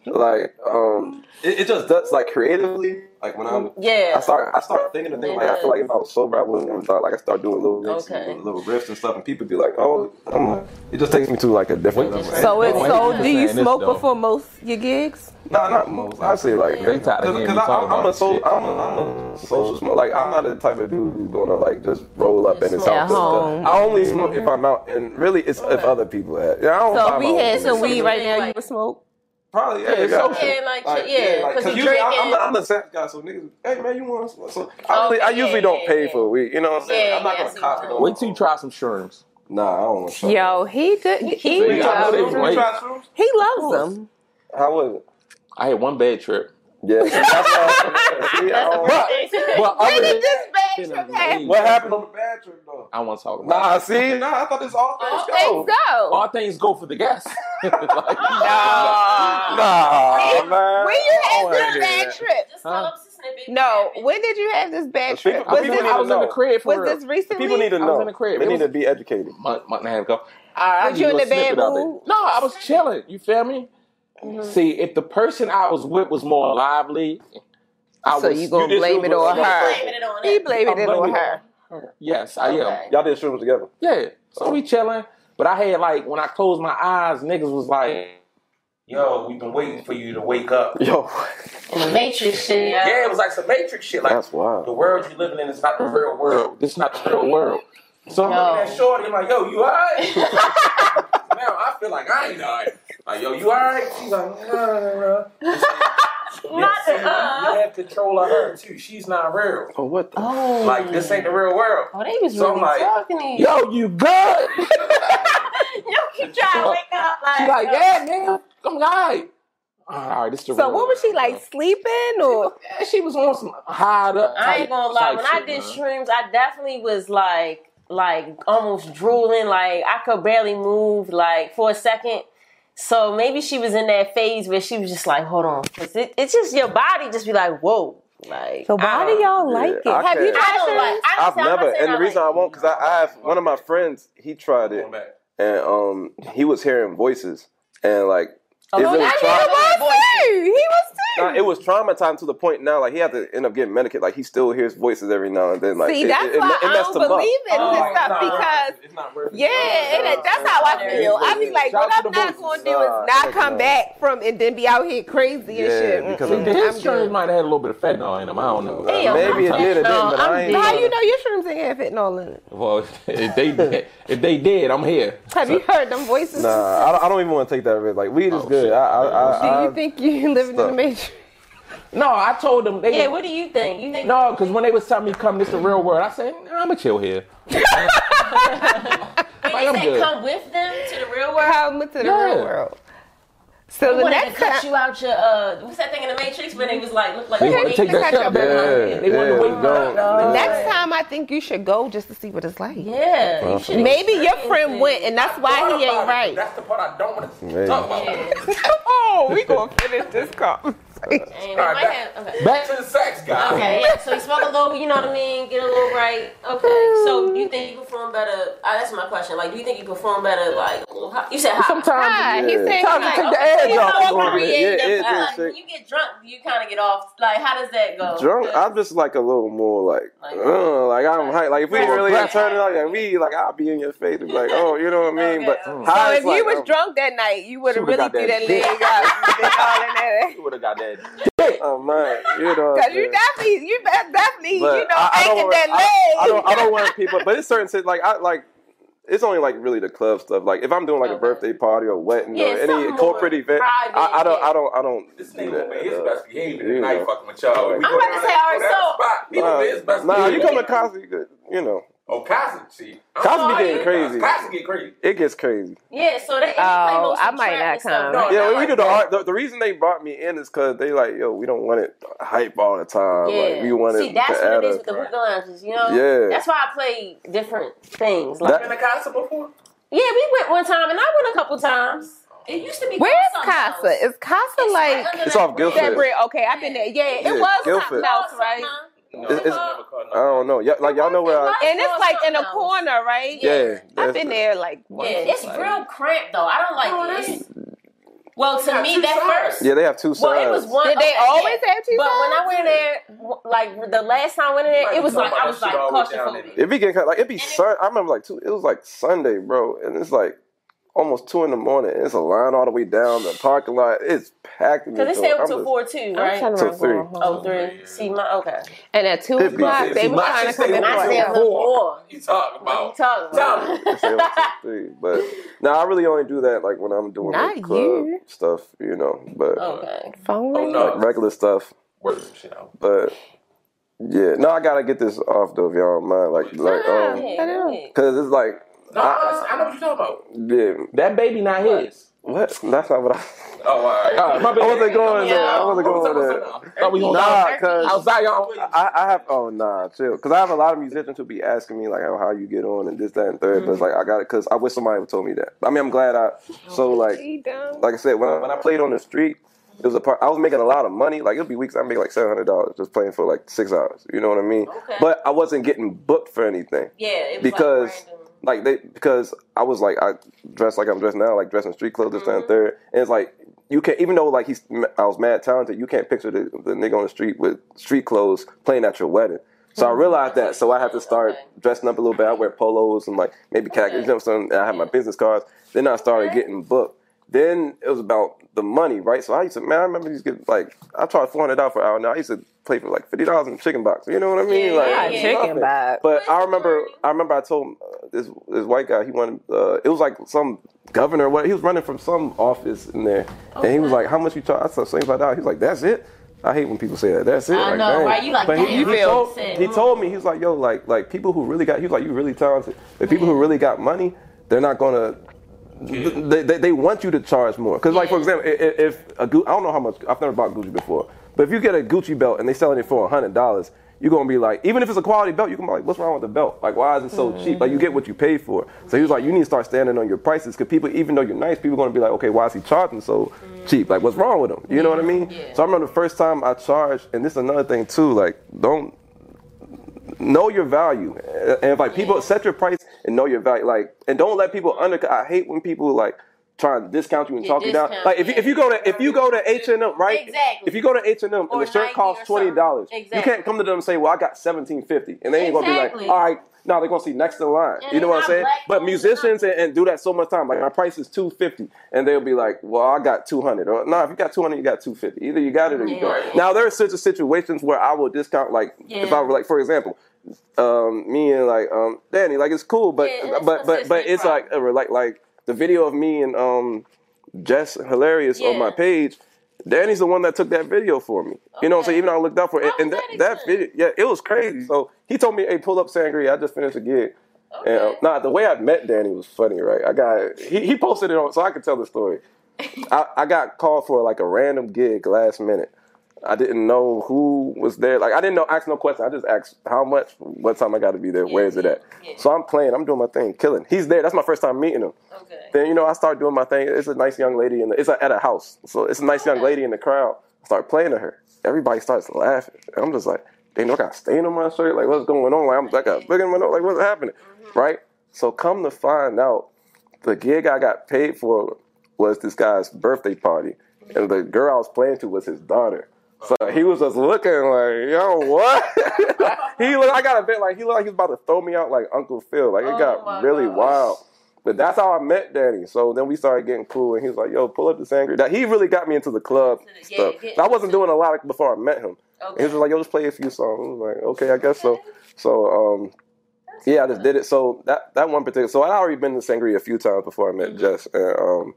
S5: like um it, it just does like creatively like when i'm
S2: Yeah.
S5: i start i start thinking of things like i feel like if i was sober i wouldn't have thought like i start doing little licks
S2: Okay.
S5: and little riffs and stuff and people be like oh i'm like it just takes me to like a different level
S1: So it's
S3: Oh,
S4: Wait,
S1: so.
S4: you
S1: Do you
S4: saying this,
S1: smoke
S4: though.
S1: before most your gigs?
S5: nah, not most i say like
S4: They tired of hearing me
S5: because
S4: talk
S5: i'm a
S4: about
S5: so
S4: shit.
S5: I'm a, I'm a social smoker like i'm not the type of dude who's gonna like just roll up in his
S2: Smoke
S5: house
S1: at
S5: and stuff.
S1: home.
S5: i only smoke if i'm out and really it's if other people have yeah, I don't
S1: So
S5: buy
S1: if
S5: my
S1: we
S5: own
S1: had
S5: weed.
S1: some weed right now, you
S2: Like-
S1: would smoke.
S5: Probably, yeah.
S4: it's
S5: got-
S4: social.
S2: Yeah, like, yeah, 'cause you
S5: usually I, I'm,
S2: drinking.
S5: the- I'm the sap guy, so niggas, hey man, you want some? So I,
S2: Okay,
S5: really, I usually
S2: yeah,
S5: don't
S2: yeah,
S5: pay
S2: yeah.
S5: for a week. You know what I'm saying?
S2: Yeah,
S5: I'm not
S2: yeah, I
S5: gonna
S2: see
S5: cop
S2: what
S5: it.
S2: you're
S5: on
S4: Wait till
S5: my
S4: you
S5: own.
S4: try some shrooms.
S5: Nah, I don't want to.
S3: Yo, he did. He,
S2: keep-
S3: loves
S4: Yeah.
S3: them.
S4: Wait.
S3: He loves them.
S5: How was it?
S4: I had one bad trip.
S5: Yeah. see, that's all- see, I don't-
S4: But, but other than
S3: this bad
S4: been
S3: trip
S4: a
S3: happen?
S4: weed.
S5: what happened on the bad trip though?
S4: I want to talk about.
S5: Nah, see, nah, I thought this all
S2: Oh,
S5: things go.
S3: so.
S4: All things go for the gas. Like,
S5: Nah, man.
S3: when you had
S5: Oh, I
S3: this
S5: hear
S3: bad
S5: that.
S3: trip?
S2: Just tell us a snippet.
S3: No, when did you have this bad
S5: People-
S3: trip?
S5: people
S3: Was
S5: need
S3: this,
S5: to
S4: I was in the
S5: know.
S4: crib for
S3: was
S4: real.
S3: this recently?
S5: People need to
S4: I was
S5: know.
S4: in the crib.
S5: They
S4: It
S5: need
S4: was-
S5: to be educated.
S4: month, month and a half ago.
S3: Was
S4: I,
S3: you in the
S4: bed?
S3: bed
S4: No,
S3: room?
S4: I was chilling. You feel me? See, if the person I was with was more lively, I
S3: So
S4: was.
S3: you gonna
S4: just-
S3: blame it
S4: was-
S3: on her?
S2: Blaming it on
S3: He
S2: it.
S3: blamed it
S4: I'm
S3: on
S4: blaming
S3: her.
S4: Yes, I
S2: Okay.
S5: Y'all did shrooms together.
S4: am. Yeah. So we chilling, but I had like when I closed my eyes, niggas was like, "Yo, we've been waiting for you to wake up."
S5: Yo,
S2: The Matrix shit. Yeah.
S4: Yeah, it was like some Matrix shit. Like
S5: that's
S4: the
S5: wild.
S4: world you're living in is not the real world. Mm-hmm. This not the real world. So I'm looking at Shorty, I'm like, yo, you alright? now I feel like I ain't alright. Like, yo, you alright? She's like, nah, nah, nah. It's like, yeah, see, You have control of her too. She's not real.
S5: Oh, what the?
S4: Like, this ain't the real world.
S2: Oh, they was
S4: So
S2: really
S4: I'm like,
S2: talking to you.
S4: Yo, you good?
S2: You keep trying to wake up. Like,
S4: She's like, yeah, man, I'm alright. Alright, this the
S3: So
S4: real
S3: what was she
S4: world.
S3: like sleeping or?
S4: Yeah, she was on some high up.
S2: I ain't gonna lie. When I did shrooms, I definitely was like, like almost drooling. Like I could barely move. Like for a second. So maybe she was in that phase where she was just like, hold on, 'Cause it, it's just your body just be like, whoa, like
S1: So why do y'all like it?
S5: I
S3: Have you
S5: can't.
S3: tried
S2: I don't
S3: shrooms?
S2: like. I
S5: I've
S2: don't- I'm not
S5: never,
S2: saying
S5: and the
S2: I
S5: reason
S2: like
S5: I won't, because I, I have one of my friends, he tried it,
S4: Going back.
S5: and um, he was hearing voices, and like
S3: Oh,
S5: it
S2: no,
S5: really
S2: that
S5: tra-
S2: nigga
S3: He was too. He was too.
S5: nah, it was traumatizing to the point now, like he had to end up getting medicated. Like he still hears voices every now and then. Like
S3: See,
S5: it,
S3: that's
S5: it, it,
S3: why
S5: it
S3: I
S5: messed
S3: don't
S5: him up.
S3: believe in
S2: Oh,
S3: this stuff
S4: nah,
S3: because
S4: it's not worth it.
S3: Yeah, it, that's how I feel. I be like, what
S4: Shout out to
S3: I'm
S4: the
S3: not
S4: voices.
S3: gonna do is
S5: Nah,
S3: not
S5: heck
S3: come
S5: no.
S3: back from and then be out here crazy and
S5: Yeah,
S3: shit. Mm.
S5: because
S3: Mm-mm.
S5: of-
S4: This
S3: I'm
S4: shrooms
S3: good.
S4: might have had a little bit of fentanyl in them. I don't know.
S2: Damn,
S5: Maybe it
S2: I'm
S5: did, it didn't,
S2: dead.
S5: but
S2: No,
S5: I
S2: I'm
S5: ain't.
S3: So how you know your shrooms ain't have fentanyl in it?
S4: Well, if they did, if they did, I'm here.
S3: Have you heard them voices?
S5: Nah, I don't, I don't even want to take that risk. Like weed is
S4: Oh, shit.
S5: good. I, I,
S3: Do
S5: I,
S3: you
S5: I,
S3: think you living in the
S5: Stop.
S3: matrix?
S4: No, I told them. They,
S2: Yeah, what do you think? You think
S4: No, because when they was telling me come, this the real world. I said, nah, I'ma chill here.
S2: Wait,
S4: Like,
S2: you
S4: I'm
S2: said
S4: good.
S2: come with them to the real world?
S3: How much to the
S4: Yeah.
S3: real world? So
S2: They
S3: the
S2: wanted to
S3: next
S2: cut
S3: time,
S2: you out your uh, what's that thing in the Matrix when they was like, look like
S4: They
S2: a
S4: want to
S2: baby?
S4: take that
S3: Cut your
S4: shit back.
S5: yeah,
S4: They want
S5: yeah,
S4: to wait.
S5: don't-
S3: the
S5: yeah.
S3: next time, I think you should go just to see what it's like.
S2: Yeah,
S5: Uh-huh.
S2: you should
S3: Maybe your friend went, and that's why he ain't right.
S4: That's the part I don't want to
S5: Maybe.
S4: talk about.
S5: talk
S2: Yeah.
S3: oh, we gonna finish this call.
S2: And we
S4: All right,
S2: might
S4: back-
S2: have, okay.
S4: Back to the sex guy.
S2: Okay, yeah. So you smoke a little, you know what I mean? Get a little right. Okay. So you think you perform better? Uh, that's my question. Like, do you think you perform better? Like, you said high.
S1: Sometimes.
S3: Hi, he's saying
S1: Time to
S3: hi.
S1: take the
S2: Okay, so
S1: edge
S2: you
S1: off
S2: know
S1: a little
S2: about
S1: bit.
S5: Yeah,
S2: creating
S5: edge
S2: them,
S5: and
S2: uh,
S5: shit.
S2: when you get drunk, you kind of get off. Like, how does that go?
S5: Drunk, I'm just like a little more like,
S2: Like-
S5: uh, like I'm hype. Like if we
S2: Right.
S5: really
S2: Right.
S5: turn it out, like we, like I'll be in your face, and be like, oh, you know what I mean? But
S2: Okay.
S3: So
S5: high
S3: if
S5: is like, oh.
S3: you was
S5: I'm-
S3: drunk that night, you would
S6: She
S3: have
S6: would've
S3: really
S6: got
S3: threw
S6: that
S3: that leg up. Because
S6: You would have got that.
S5: Oh man, you know. what I'm
S3: you
S5: saying?
S3: definitely, you bet- definitely,
S5: But
S3: you know,
S5: I- I don't
S3: anchored
S5: want-
S3: that
S5: I-
S3: leg.
S5: I don't, I don't want people, but it's certain shit. Like I like, it's only like really the club stuff. Like if I'm doing like a
S2: Okay.
S5: birthday party or wedding
S2: Yeah,
S5: or any
S2: something
S5: corporate
S2: more
S5: event, I, I don't,
S2: private,
S5: I don't, I don't
S4: This
S5: do
S4: nigga gonna
S5: that.
S4: make his
S5: uh,
S4: best behavior
S5: you
S4: tonight
S5: know.
S4: fucking with y'all.
S5: I'm
S4: We
S2: about
S4: going
S2: to say, all right,
S4: that
S2: so-
S4: spot. He gonna be his best
S5: nah, you
S4: behavior.
S5: come to Cosby, you know,
S4: Oh, Cosby, see. I'm
S5: Cosby
S4: sorry.
S5: getting crazy.
S4: Cosby get crazy.
S5: it gets crazy.
S2: Yeah. So they.
S3: Oh, I might not come.
S2: Oh,
S4: No,
S5: yeah,
S4: not
S5: when we
S4: like
S5: do the
S4: that.
S5: art. The, the reason they brought me in is because they like, yo, we don't want it hype all the time. Like we want
S2: See,
S5: it
S2: that's
S5: to
S2: what it
S5: add
S2: is
S5: a-
S2: with the hookah lounges, you know.
S5: Yeah.
S2: That's why I play different things. Like,
S5: That-
S4: Been to Cosby before?
S2: yeah, we went one time, and I went a couple times. It used to be.
S3: Where's
S2: something else.
S3: Casa? Is Casa
S2: It's
S3: like
S2: under
S5: It's
S2: that
S5: off
S2: bridge.
S5: Guilford.
S3: that bread? Okay, I've been there. Yeah, it
S5: Yeah,
S3: was something
S5: Guilford.
S3: else, right?
S4: No,
S5: It's- it's-
S4: never called
S5: I don't know. Yeah, like y'all know where I.
S3: And it's like in a corner, right?
S5: Yeah,
S3: I've
S5: that's-
S3: been there like Oh,
S2: Yeah,
S3: once.
S2: it's real cramped though. I don't like it. Well, to
S4: got
S2: me,
S4: two
S2: that
S4: sides.
S2: first.
S5: Yeah, they have two sides.
S2: Well, it was one.
S3: Did they
S2: okay,
S3: always
S2: yeah.
S3: have two
S2: But when I
S3: sides?
S2: went there, w- like the last time I went in there, it was like I was like claustrophobic.
S5: It be getting like it be
S2: And it-
S5: sun. I remember like two. It was like Sunday, bro, and it's like almost two in the morning. and It's a line all the way down the parking lot. It's packed. in
S2: Because
S5: this
S2: they stayed
S5: joint.
S2: up
S5: I'm
S2: till
S5: just-
S2: four two, right?
S5: Till three.
S2: Oh three. See my okay.
S3: And at two
S5: It'd be-
S3: o'clock, they
S5: See,
S3: were
S5: my
S3: trying to
S4: sister
S3: come in
S4: said
S3: for
S4: my
S3: it.
S4: sister-
S2: Myself more.
S4: You talking
S2: What you
S4: about?
S2: talking
S4: Tell
S2: about?
S4: me.
S5: They stay up till three. But now I really only do that like when I'm doing
S3: Not
S5: like, club
S3: you.
S5: stuff, you know. But
S2: Okay.
S3: Phone
S4: Oh
S3: ring?
S4: no,
S5: like regular stuff.
S4: Word, you know.
S5: But yeah, no, I gotta get this off though, if y'all don't mind. Like, like,
S3: Nah,
S5: um,
S3: Oh, I don't.
S2: Yeah.
S5: cause it's like,
S4: No, I, I know what you're talking about.
S5: yeah,
S6: That baby not his.
S5: what? That's not what I.
S4: Oh, all right.
S6: All right, my
S5: I wasn't
S6: bad.
S5: going there. I
S2: Yeah.
S5: wasn't
S4: What's up,
S5: going
S4: what's
S5: there.
S4: up now?
S6: Thought we gonna
S5: Nah, cause
S6: outside y'all.
S5: I, I have oh nah chill because I have a lot of musicians who be asking me like oh, how, how you get on and this that and 3rd but it's like
S3: Mm-hmm.
S5: I got it because I wish somebody would told me that I mean I'm glad I so like
S3: He done.
S5: like I said when I, when I played on the street it was a part I was making a lot of money like it'd be weeks I make like seven hundred dollars just playing for like six hours you know what I mean
S2: Okay.
S5: but I wasn't getting booked for anything
S2: Yeah. It was
S5: because
S2: like random.
S5: like they because I was like I dressed like I'm dressed now, like dressing street clothes, this
S2: Mm-hmm.
S5: that, and third, and it's like you can't even though like he's I was mad talented, you can't picture the, the nigga on the street with street clothes playing at your wedding. So I realized that, so I have to start
S2: Mm-hmm. Okay.
S5: dressing up a little bit. I wear polos and like maybe khakis, you know what I'm saying? And I have my business cards. Then I started getting booked. Then it was about the money, right? So I used to, man, I remember these get like I charged four hundred dollars for an hour. Now I used to play for like fifty dollars in chicken box. You know what I mean?
S2: Yeah,
S5: like
S2: yeah,
S5: nothing.
S2: chicken
S3: box.
S5: But I remember, I remember, I told uh, this this white guy he wanted. Uh, it was like some governor. or What he was running from some office in there, and he was like, "How much you charge?" I said, "Seventy-five dollars." He was like, "That's it." I hate when people say that. That's it.
S2: I
S5: like,
S2: know,
S5: dang.
S2: right? You like,
S5: but
S2: damn,
S5: he, he,
S2: real
S5: told,
S2: shit.
S5: he told me he was like, "Yo, like like people who really got." He was like, "You really talented." The people who really got money, they're not gonna they, they, they want you to charge more. Because, like, for
S2: Yeah.
S5: example, i- i- if a Gu- I don't know how much, I've never bought Gucci before, but if you get a Gucci belt and they selling it for $100, you're going to be like, even if it's a quality belt, you're going to be like, what's wrong with the belt? Like, why is it so cheap?
S2: Mm-hmm.
S5: Like, you get what you pay for. So he was like, you need to start standing on your prices because people, even though you're nice, people going to be like, okay, why is he charging so cheap? Like, what's wrong with him? You know what I mean?
S2: Mm-hmm. Yeah.
S5: So I remember the first time I charged, and this is another thing, too, like, don't know your value Uh, and if, like people set your price and know your value like and don't let people undercut i hate when people like try to discount you and
S2: Yeah,
S5: talk you down
S2: discount,
S5: like if, you
S2: yeah.
S5: if you go to if you go to h&m right
S2: Exactly.
S5: if you go to h&m and
S2: Or
S5: the shirt
S2: 90
S5: costs
S2: or something.
S5: $20 you
S2: Exactly.
S5: can't come to them and say well i got 1750 and they ain't gonna be
S2: Exactly.
S5: like all right now they're gonna see next in line
S2: And
S5: you
S2: they're
S5: know what i'm
S2: not
S5: saying
S2: black
S5: but
S2: owned,
S5: musicians and, and do that so much time like my price is 250 and they'll be like well i got 200 or no if you got 200 you got 250 either you got it or you
S2: Yeah.
S5: don't now there are certain situations where i will discount like if i
S2: Yeah.
S5: were like for example um, me and like um, Danny. Like it's cool, but
S2: Yeah, it's
S5: but but but
S2: consistent
S5: it's like uh, like like the video of me and um, Jess hilarious on
S2: Yeah.
S5: my page. Danny's the one that took that video for me. You know, what I'm saying?
S2: Okay.
S5: even though I looked up for it,
S2: How
S5: and
S2: was
S5: that,
S2: that
S5: that video, yeah, it was crazy. So he told me, "Hey, pull up Sangria. I just finished a gig." And, um,
S2: Okay.
S5: nah, the way I met Danny was funny, right? I got he, he posted it on, so I could tell the story. I, I got called for like a random gig last minute. I didn't know who was there. Like I didn't know ask no question. I just asked how much, what time I got to be there, where is it at.
S2: yeah.
S5: So I'm playing, I'm doing my thing, killing. He's there. That's my first time meeting him.
S2: Okay.
S5: Then you know I start doing my thing. It's a nice young lady in the. It's a, at a house, so it's a nice young
S2: Okay.
S5: lady in the crowd. I start playing to her. Everybody starts laughing. And I'm just like, they know I got a stain on my shirt. Like, what's going on? Like, I'm like, I got big in my nose. Like, what's happening?
S2: Mm-hmm.
S5: Right? So come to find out, the gig I got paid for was this guy's birthday party, and the girl I was playing to was his daughter. So he was just looking like, yo, what? he looked, I got a bit like he looked like he was about to throw me out like Uncle Phil. Like it
S2: Oh my
S5: got really
S2: gosh.
S5: wild. But that's how I met Danny. So then we started getting cool, and he was like, "Yo, pull up this angry." That he really got me into the club
S2: the- yeah,
S5: stuff.
S2: get-
S5: I wasn't doing a lot before I met him. He was
S2: Okay.
S5: just like, "Yo, just play a few songs." I was like, "Okay, I guess so." So, um, yeah, I just did it. So that that one particular. So I'd already been to Sangria a few times before I met
S2: Mm-hmm.
S5: Jess, and um,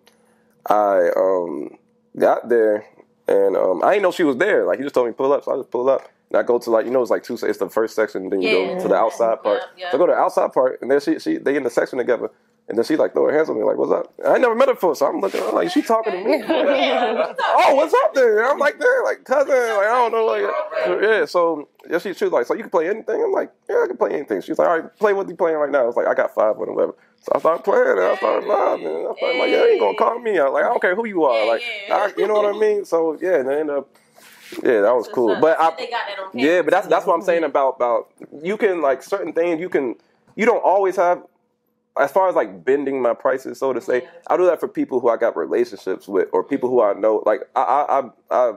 S5: I um got there, and um, I didn't know she was there. Like he just told me pull up, so I just pulled up. And I go to like you know it's like two. It's the first section, then you
S2: Yeah.
S5: go to the outside part.
S2: Yeah, yeah.
S5: So I go to the outside part, and then she she they in the section together, and then she like throw her hands on me like what's up? I never met her before, so I'm looking I'm like she talking to me. oh, what's up there? I'm like there, like cousin, like I don't know, like yeah. So yeah, she she was like, so you can play anything. I'm like, yeah, I can play anything. She's like, all right, play what you playing right now. I was like, I got five on the whatever. So I started playing, and I started vibing. And I started like, yeah, you ain't gonna call me out. Like I don't care who you are. Like I, you know what I mean. So yeah, and I ended up. Yeah, that was cool. But I,
S2: they got that on camera.
S5: yeah, but that's that's what I'm saying about about you can like certain things you can you don't always have as far as like bending my prices so to say. I do that for people who I got relationships with or people who I know. Like I I I, I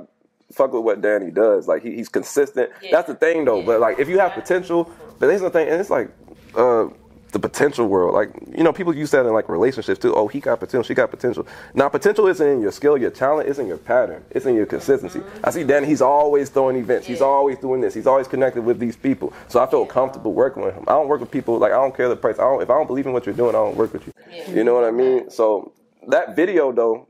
S5: fuck with what Danny does. Like he, he's consistent. That's the thing though. But like if you have potential, but there's the thing, and it's like. uh the potential world, like you know, people use that in like relationships too. Oh, he got potential, she got potential. Now, potential isn't in your skill, your talent isn't your pattern, it's in your consistency. I see Danny; he's always throwing events, he's always doing this, he's always connected with these people. So I feel comfortable working with him. I don't work with people like I don't care the price. I don't, if I don't believe in what you're doing, I don't work with you. You know what I mean? So that video though,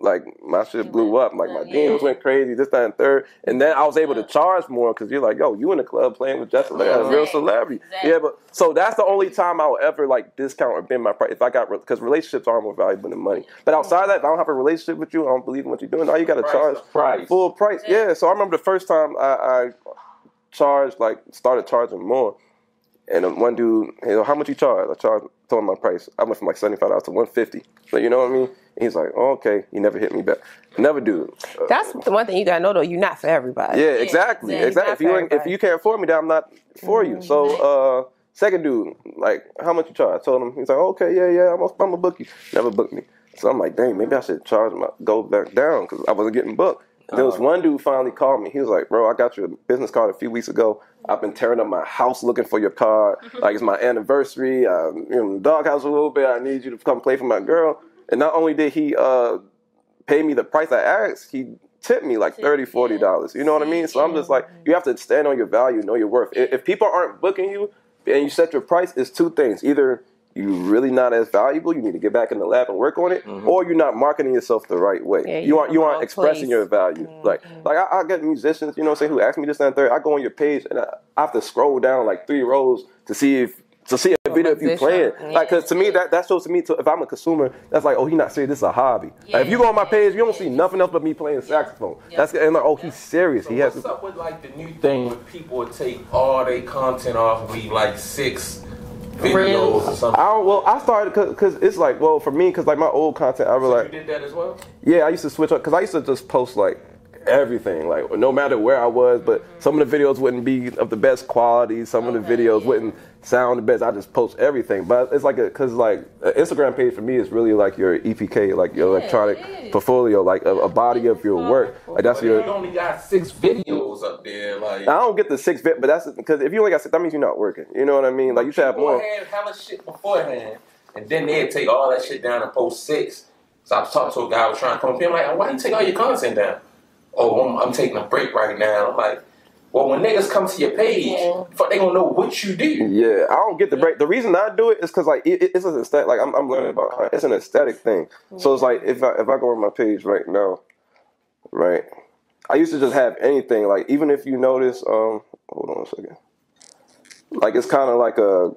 S5: like my shit blew up, like my DMs went crazy, this, that, and third. And then I was able to charge more because you're like, yo, you in the club playing with Justin, like a real celebrity. Yeah, but so that's the only time I'll ever like discount or bend my price if I got because relationships are more valuable than money. But outside of that, if I don't have a relationship with you, I don't believe in what you're doing. All you got to charge
S6: price.
S5: full price. Yeah. So I remember the first time I, I charged like started charging more. And then one dude, you know, how much you charge? I charged, told him my price. I went from like seventy five dollars to one fifty. So you know what I mean? And he's like, oh, okay. He never hit me back. Never do. Uh,
S3: That's the one thing you gotta know though. You're not for everybody.
S5: yeah, exactly,
S3: yeah,
S5: exactly.
S3: not
S5: If you
S3: for
S5: ain't- if
S3: everybody.
S5: you can't afford me, then I'm not for you. So uh, second dude, like, how much you charge? I told him. He's like, okay, yeah, yeah, I'm gonna I'm gonna book you. Never booked me. So I'm like, dang, maybe I should charge my go back down because I wasn't getting booked. There was one dude finally called me. He was like, "Bro, I got your business card a few weeks ago. I've been tearing up my house looking for your card. Like it's my anniversary. I'm you know, in the doghouse a little bit. I need you to come play for my girl." And not only did he uh, pay me the price I asked, he tipped me like 30 40 dollars. You know what I mean? So I'm just like, you have to stand on your value, know your worth. If if people aren't booking you and you set your price, it's two things. Either you're really not as valuable, you need to get back in the lab and work on it, or you're not marketing yourself the right way.
S3: Yeah,
S5: you,
S3: you're
S5: aren't you
S3: in the
S5: aren't
S3: wrong
S5: expressing
S3: place.
S5: your value. Like like I, I get musicians, you know what I'm saying, who ask me this and that, third. I go on your page and I, I have to scroll down like three rows to see if to see a video if you
S3: position.
S5: playing. Like, cause to me that that shows to me to, if I'm a consumer, that's like, oh, he not serious. This is a hobby. Like, if you go on my page, you don't see nothing else but me playing saxophone. That's and like, oh, he's serious. he has.
S4: What's up with like the new thing where people take all their content off, leave like six videos or something?
S5: I don't, well, I started because it's like, well, for me, because like my old content, I was
S4: So you
S5: like,
S4: did that as well?
S5: yeah, I used to switch up because I used to just post like everything, like no matter where I was. But some of the videos wouldn't be of the best quality. Some of the videos wouldn't sound the best. I just post everything. But it's like a because like an Instagram page for me is really like your EPK, like your electronic portfolio, like a, a body of your work. Like that's
S4: But if
S5: your
S4: you only got six videos up there, like
S5: I don't get the six bit, but that's because if you only got six, that means you're not working. You know what I mean? Like you should have more.
S4: beforehand, hella shit beforehand, and then they'd take all that shit down and post six. So I was talking to a guy who was trying to come up here. I'm like, why you take all your content down? Oh, I'm, I'm taking a break right now. I'm like, well, when niggas come to your page, fuck, they gonna know what you do.
S5: Yeah, I don't get the break. The reason I do it is because like it, it- it's an aesthetic. Like I'm, I'm learning about art. It's an aesthetic thing. So it's like if I if I go on my page right now, right, I used to just have anything. Like even if you notice, um, hold on a second. Like it's kind of like a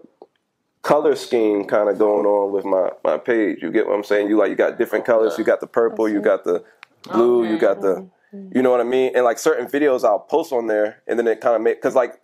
S5: color scheme kind of going on with my my page. You get what I'm saying? You like you got different colors. You got the purple. You got the blue. You got the you know what I mean? And like certain videos I'll post on there, and then it kind of make because like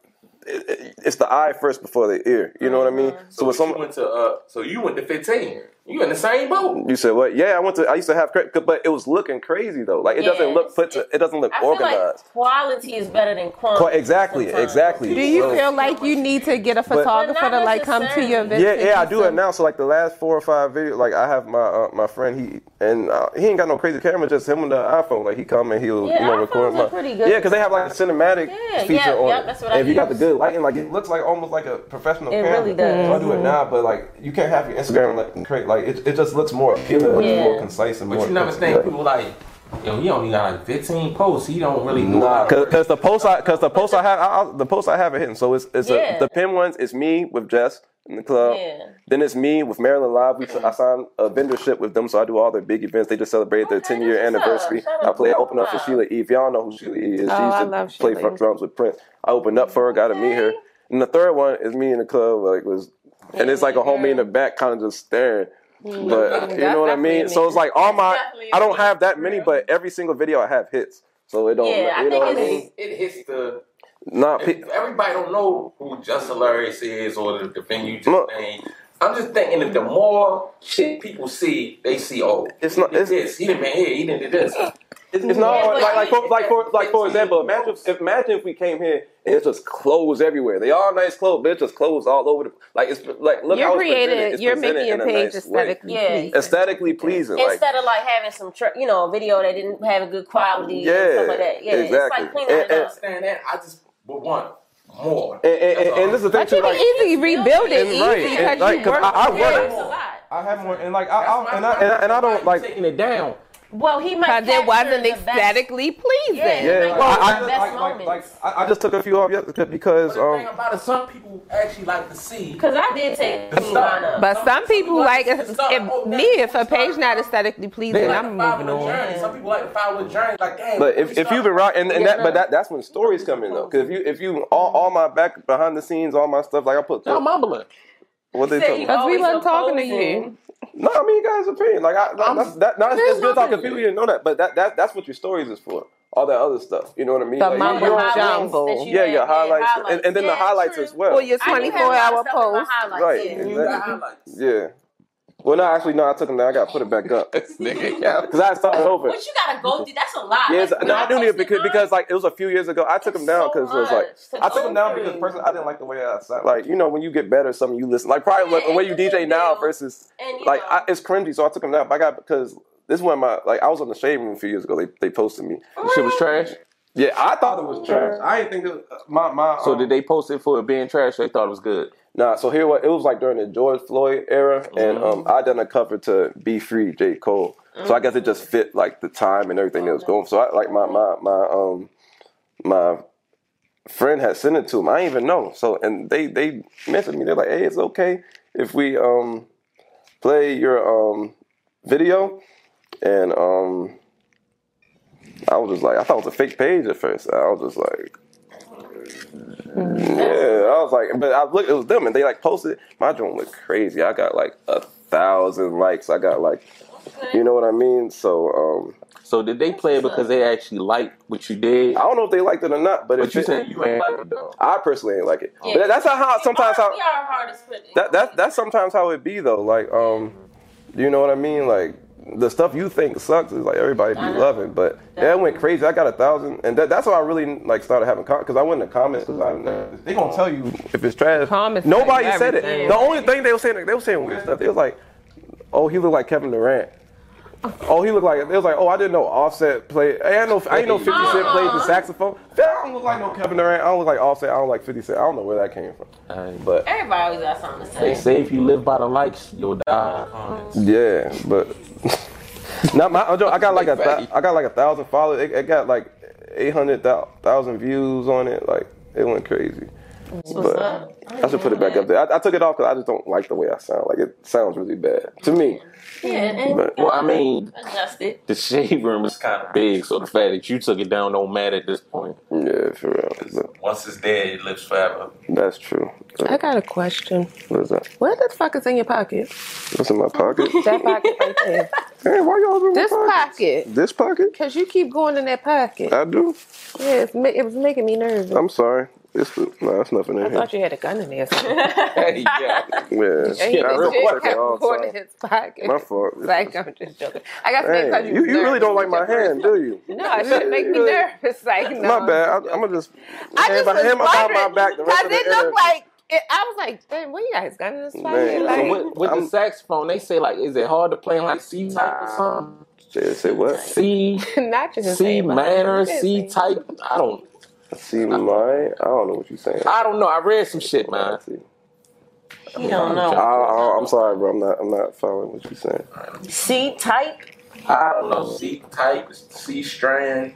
S5: it,
S2: Uh-huh.
S5: it, it's the eye first before the ear. You know what I mean? So when
S4: So
S5: some
S4: you went to uh, so you went to 15. You in the same boat.
S5: You said what? Yeah, I went to. I used to have credit, but it was looking crazy though. Like it doesn't
S2: Yeah,
S5: look put.
S2: it's-
S5: To, it doesn't look
S2: I feel like
S5: organized.
S2: quality is better than quantity.
S5: Quite- exactly,
S2: sometimes.
S5: exactly.
S3: Do you
S5: So-
S3: feel like you need to get a photographer to like come to your
S2: But
S3: event?
S5: yeah, yeah, I do it now. So like the last four or five videos, like I have my uh, my friend he and uh, he ain't got no crazy camera, just him with the iPhone. Like he come and he'll
S2: Yeah,
S5: you know
S2: iPhones
S5: record
S2: are
S5: my
S2: pretty good.
S5: yeah, because they have like a cinematic
S2: Yeah,
S5: feature
S2: yeah,
S5: on
S2: yeah,
S5: it.
S2: that's what
S5: and
S2: I
S5: if you got the
S2: use.
S5: good lighting, like it looks like almost like a professional.
S2: It
S5: camera.
S2: really does. Mm-hmm.
S5: So I do it now, but like you can't have your Instagram like create like it. It just looks more appealing, but it's
S2: Yeah.
S5: more concise and
S4: But
S5: more.
S4: you never think
S5: Yeah.
S4: people like, yo, he only got like 15 posts. He don't really know.
S5: Nah, cause, 'cause the post I cause the post I have I, I, the post I haven't hidden. So it's it's
S2: Yeah.
S5: a, the pin ones. It's me with Jess in the club.
S2: Yeah.
S5: Then it's me with Maryland Live. We I signed a vendorship with them, so I do all their big events. They just celebrated their
S2: Okay,
S5: 10 year
S2: that's what's up.
S5: anniversary.
S2: Shout
S5: I
S2: out
S5: play. I
S2: to
S5: open up for
S2: Live.
S5: Sheila Eve. Y'all know who Sheila Eve is. she
S3: Oh, I
S5: used to
S3: love
S5: play
S3: Sheila
S5: front
S3: Eve.
S5: drums with Prince. I opened up for her. Got to meet her. And the third one is me in the club. Like was. And it's like a homie in the back, kind of just staring. But
S3: That's
S5: you know what I
S3: definitely
S5: mean.
S3: me.
S5: So it's like all my.
S2: Definitely
S5: I don't
S2: me.
S5: have that many,
S2: Real.
S5: but every single video I have hits. So it don't.
S2: Yeah, I
S5: you
S2: think
S5: know what I
S2: it's-
S5: mean?
S4: it hits the.
S5: Not pe-
S4: Everybody don't know who Just Hilarious is or the, the thing you just
S5: Look.
S4: named. I'm just thinking if the more shit people see, they see, oh,
S5: It's
S4: it's he
S5: not-
S4: not did
S5: it's-
S4: this. He didn't been here. He didn't do this.
S5: it's, it's not
S2: Yeah,
S5: on-
S2: but
S5: like like
S2: you-
S5: for, like for like for example, imagine if, imagine if we came here and it's just clothes everywhere. They all nice clothes, but it's just clothes all over the like it's like look
S3: You're
S5: how it's presented.
S3: created.
S5: It's
S3: You're
S5: presented
S3: making your
S5: in a
S3: page
S5: nice way.
S3: aesthetically
S2: Yeah.
S3: pleasing.
S5: aesthetically pleasing. Like
S2: Instead of like having some, tr- you know, a video that didn't have a good quality, yeah,
S5: Yeah,
S2: and stuff like that. Yeah,
S5: exactly.
S2: it's like cleaning it
S5: And- and-
S2: up.
S4: understand that. I just would want more.
S5: and, and, and, and this is the thing
S3: But you
S5: too, like
S3: can easily rebuild it
S5: and right,
S3: easy
S5: and
S3: because
S5: like,
S3: you
S5: 'cause
S3: work.
S5: I- I
S3: with it.
S5: work.
S2: It's a lot.
S5: I have more and like I, I and I
S4: That's my-
S5: and I, and I don't like
S4: taking it down.
S2: Well, he might.
S3: Because it wasn't
S2: capture the best-
S3: aesthetically pleasing.
S2: Yeah.
S5: yeah.
S2: Like,
S5: Well, I,
S2: the
S5: I,
S2: best
S5: like, like, like,
S2: moments.
S5: I, I just took a few off yesterday because
S4: The thing
S5: um
S4: about it, some people actually like to see.
S2: Cause I did take
S4: It's not-
S2: Milana.
S3: But some people like
S4: It's
S3: if,
S4: not-
S3: if me if a page not aesthetically pleasing,
S4: They like
S3: I'm
S4: to follow
S3: moving
S4: the
S3: on.
S4: journey. Some people like to follow the journey. Like, damn.
S5: But if, if you've been rock and, and
S2: Yeah,
S5: that, but
S2: no.
S5: that, that's when stories come in though. Because if you if you all, all my back behind the scenes, all my stuff, like I put
S4: I'm mumbling.
S5: what they
S2: Say
S5: talking
S2: you
S5: about.
S3: Because we
S2: Always
S3: wasn't talking to you.
S2: opposing.
S5: No, I mean you guys' opinion. Like I, like, that's, that, no, it's, it's
S4: nothing
S5: good talking to people. You didn't know that, but that, that that's what your stories is for. All that other stuff. You know what I mean?
S3: The
S5: Like,
S3: mumbo
S5: your-
S2: highlights
S3: jumbo.
S2: that you
S5: yeah,
S2: had,
S5: your highlights, And,
S2: highlights.
S5: and then the
S2: Yeah,
S5: highlights
S2: true.
S5: as well.
S3: Well, your
S2: I do have a lot
S3: 24 hour
S2: of stuff in my
S3: post.
S2: highlights,
S5: right?
S2: yeah.
S5: Exactly.
S4: highlights.
S5: Yeah. Well, no, actually, no. I took them down. I got to put it back up
S4: Nigga, yeah.
S5: because I started over.
S2: But you gotta go through. That's a lot.
S5: Yes,
S2: Like,
S5: no, I do need it
S2: posted mine,
S5: because, because like it was a few years ago. I took him down because it was
S2: So
S5: like
S2: much.
S5: I took him down because personally I didn't like the way I sound. Like you know when you get better, something you listen like probably like, the way you DJ now versus
S2: and, you
S5: like
S2: know,
S5: I, it's cringy. So I took him down. But I got because this is when my like I was on the shade room a few years ago. They they posted me.
S6: The shit was trash.
S5: Yeah, I thought it was trash. I didn't think it, my my.
S6: So
S5: um,
S6: did they post it for it being trash? They thought it was good.
S5: Nah, so here what it was like during the George Floyd era, and
S6: Mm-hmm.
S5: um, I done a cover to "Be Free" J Cole, so I guess it just fit like the time and everything that was going. So I like my my my um my friend had sent it to him. I didn't even know. So and they they messaged me. They're like, "Hey, it's okay if we um play your um video," and um I was just like, I thought it was a fake page at first. I was just like. Yeah, I was like, but I looked, it was them, and they like posted. My joint looked crazy. I got like a thousand likes. I got like, you know what I mean. So um,
S6: So did they play it because they actually liked what you did?
S5: I don't know if they liked it or not, but,
S6: But
S5: if
S6: you
S5: it-
S6: said you ain't like it though.
S5: I personally ain't like it.
S2: Yeah.
S5: But that's how, how sometimes
S2: we are,
S5: how
S2: we are hard as put-
S5: that that that's sometimes how it be though. Like um, you know what I mean? Like the stuff you think sucks is like everybody be
S2: I know.
S5: loving, but that went crazy. I got a thousand, and that, that's why I really like started having because I went in the comments because I they gonna tell you if it's trash.
S3: Comments
S5: Nobody
S3: tell you
S5: said it.
S3: everything.
S5: The only thing they were saying they were saying weird stuff. They was like, oh he looked like Kevin Durant. Oh, he looked like it was like. Oh, I didn't know Offset played. I ain't know. I ain't know Fifty Cent played the saxophone. I don't look like no Kevin Durant. I don't look like Offset. I don't like Fifty Cent. I don't know where that came from. But
S2: Everybody always got something to
S6: They
S2: say.
S6: say if you live by the likes, you'll die.
S5: Yeah, but not my. I don't- I got like a thou- I got like a thousand followers. It, it got like eight hundred thousand views on it. Like it went crazy. But I should put it back up there. I, I took it off because I just don't like the way I sound. Like it sounds really bad to me.
S2: Yeah, and
S5: But
S6: Well, I mean,
S2: adjust it.
S6: the shade room is kind of big, so the fact that you took it down don't matter at this point.
S5: yeah, for real. But
S4: Once it's dead, it lives forever.
S5: that's true.
S3: I got a question.
S5: What is that?
S3: What the fuck is in your pocket?
S5: What's in my pocket?
S3: That pocket right there.
S5: hey, why y'all in my
S3: This pocket.
S5: This pocket?
S3: Cause you keep going in that pocket.
S5: I do.
S3: Yeah, it's ma- it was making me nervous.
S5: I'm sorry. It's the, nah, it's nothing in
S3: I
S5: here.
S3: thought you had a gun in there. So.
S6: Hey, yeah.
S3: And he
S5: Yeah, I
S3: just
S5: was
S3: he
S5: checking
S3: kept
S5: all the
S3: going in
S5: time.
S3: his pocket.
S5: My fault.
S3: Like I'm just joking. I got
S5: Hey,
S3: because
S5: you, you really don't like my hand, do you?
S3: No, it shouldn't make me
S5: You really-
S3: nervous. Like no,
S5: My bad. I, I'm gonna just
S3: I just
S5: hand my,
S3: was
S5: hand behind my
S3: wondering,
S5: back. The rest
S3: Cause
S5: of the
S3: it looked
S5: interview.
S3: like it, I was like, damn, where you got his gun in his pocket?
S5: Man,
S6: So
S3: Like,
S6: with, with the
S5: I'm-
S6: saxophone, they say like, is it hard to play in, like C type or something?
S5: Say, say what?
S6: C,
S3: not just his
S6: C
S3: name, but-
S6: minor,
S3: his
S6: C
S3: name.
S6: type. I don't,
S5: See my? I don't know what you're saying.
S6: I don't know. I read some shit, man.
S5: See.
S2: You don't know.
S5: I, I, I'm sorry, bro. I'm not. I'm not following what you're saying.
S2: C type.
S4: I don't know. C type, C strand,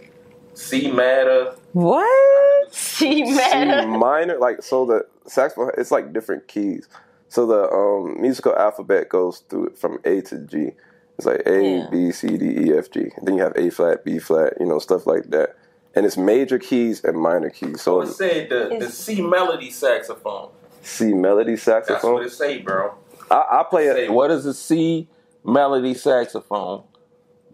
S4: C matter.
S1: What?
S2: C
S5: C
S2: matter.
S5: minor, like so the saxophone. It's like different keys. So the um, musical alphabet goes through it from A to G. It's like A
S2: Yeah.
S5: B C D E F G. And then you have A flat, B flat, you know, stuff like that. And it's major keys and minor keys.
S4: So
S5: So
S4: it said the, the C melody saxophone.
S5: C melody
S4: That's what
S5: saxophone.
S4: it say, bro.
S5: I, I play it.
S4: Say
S6: What is a C melody saxophone?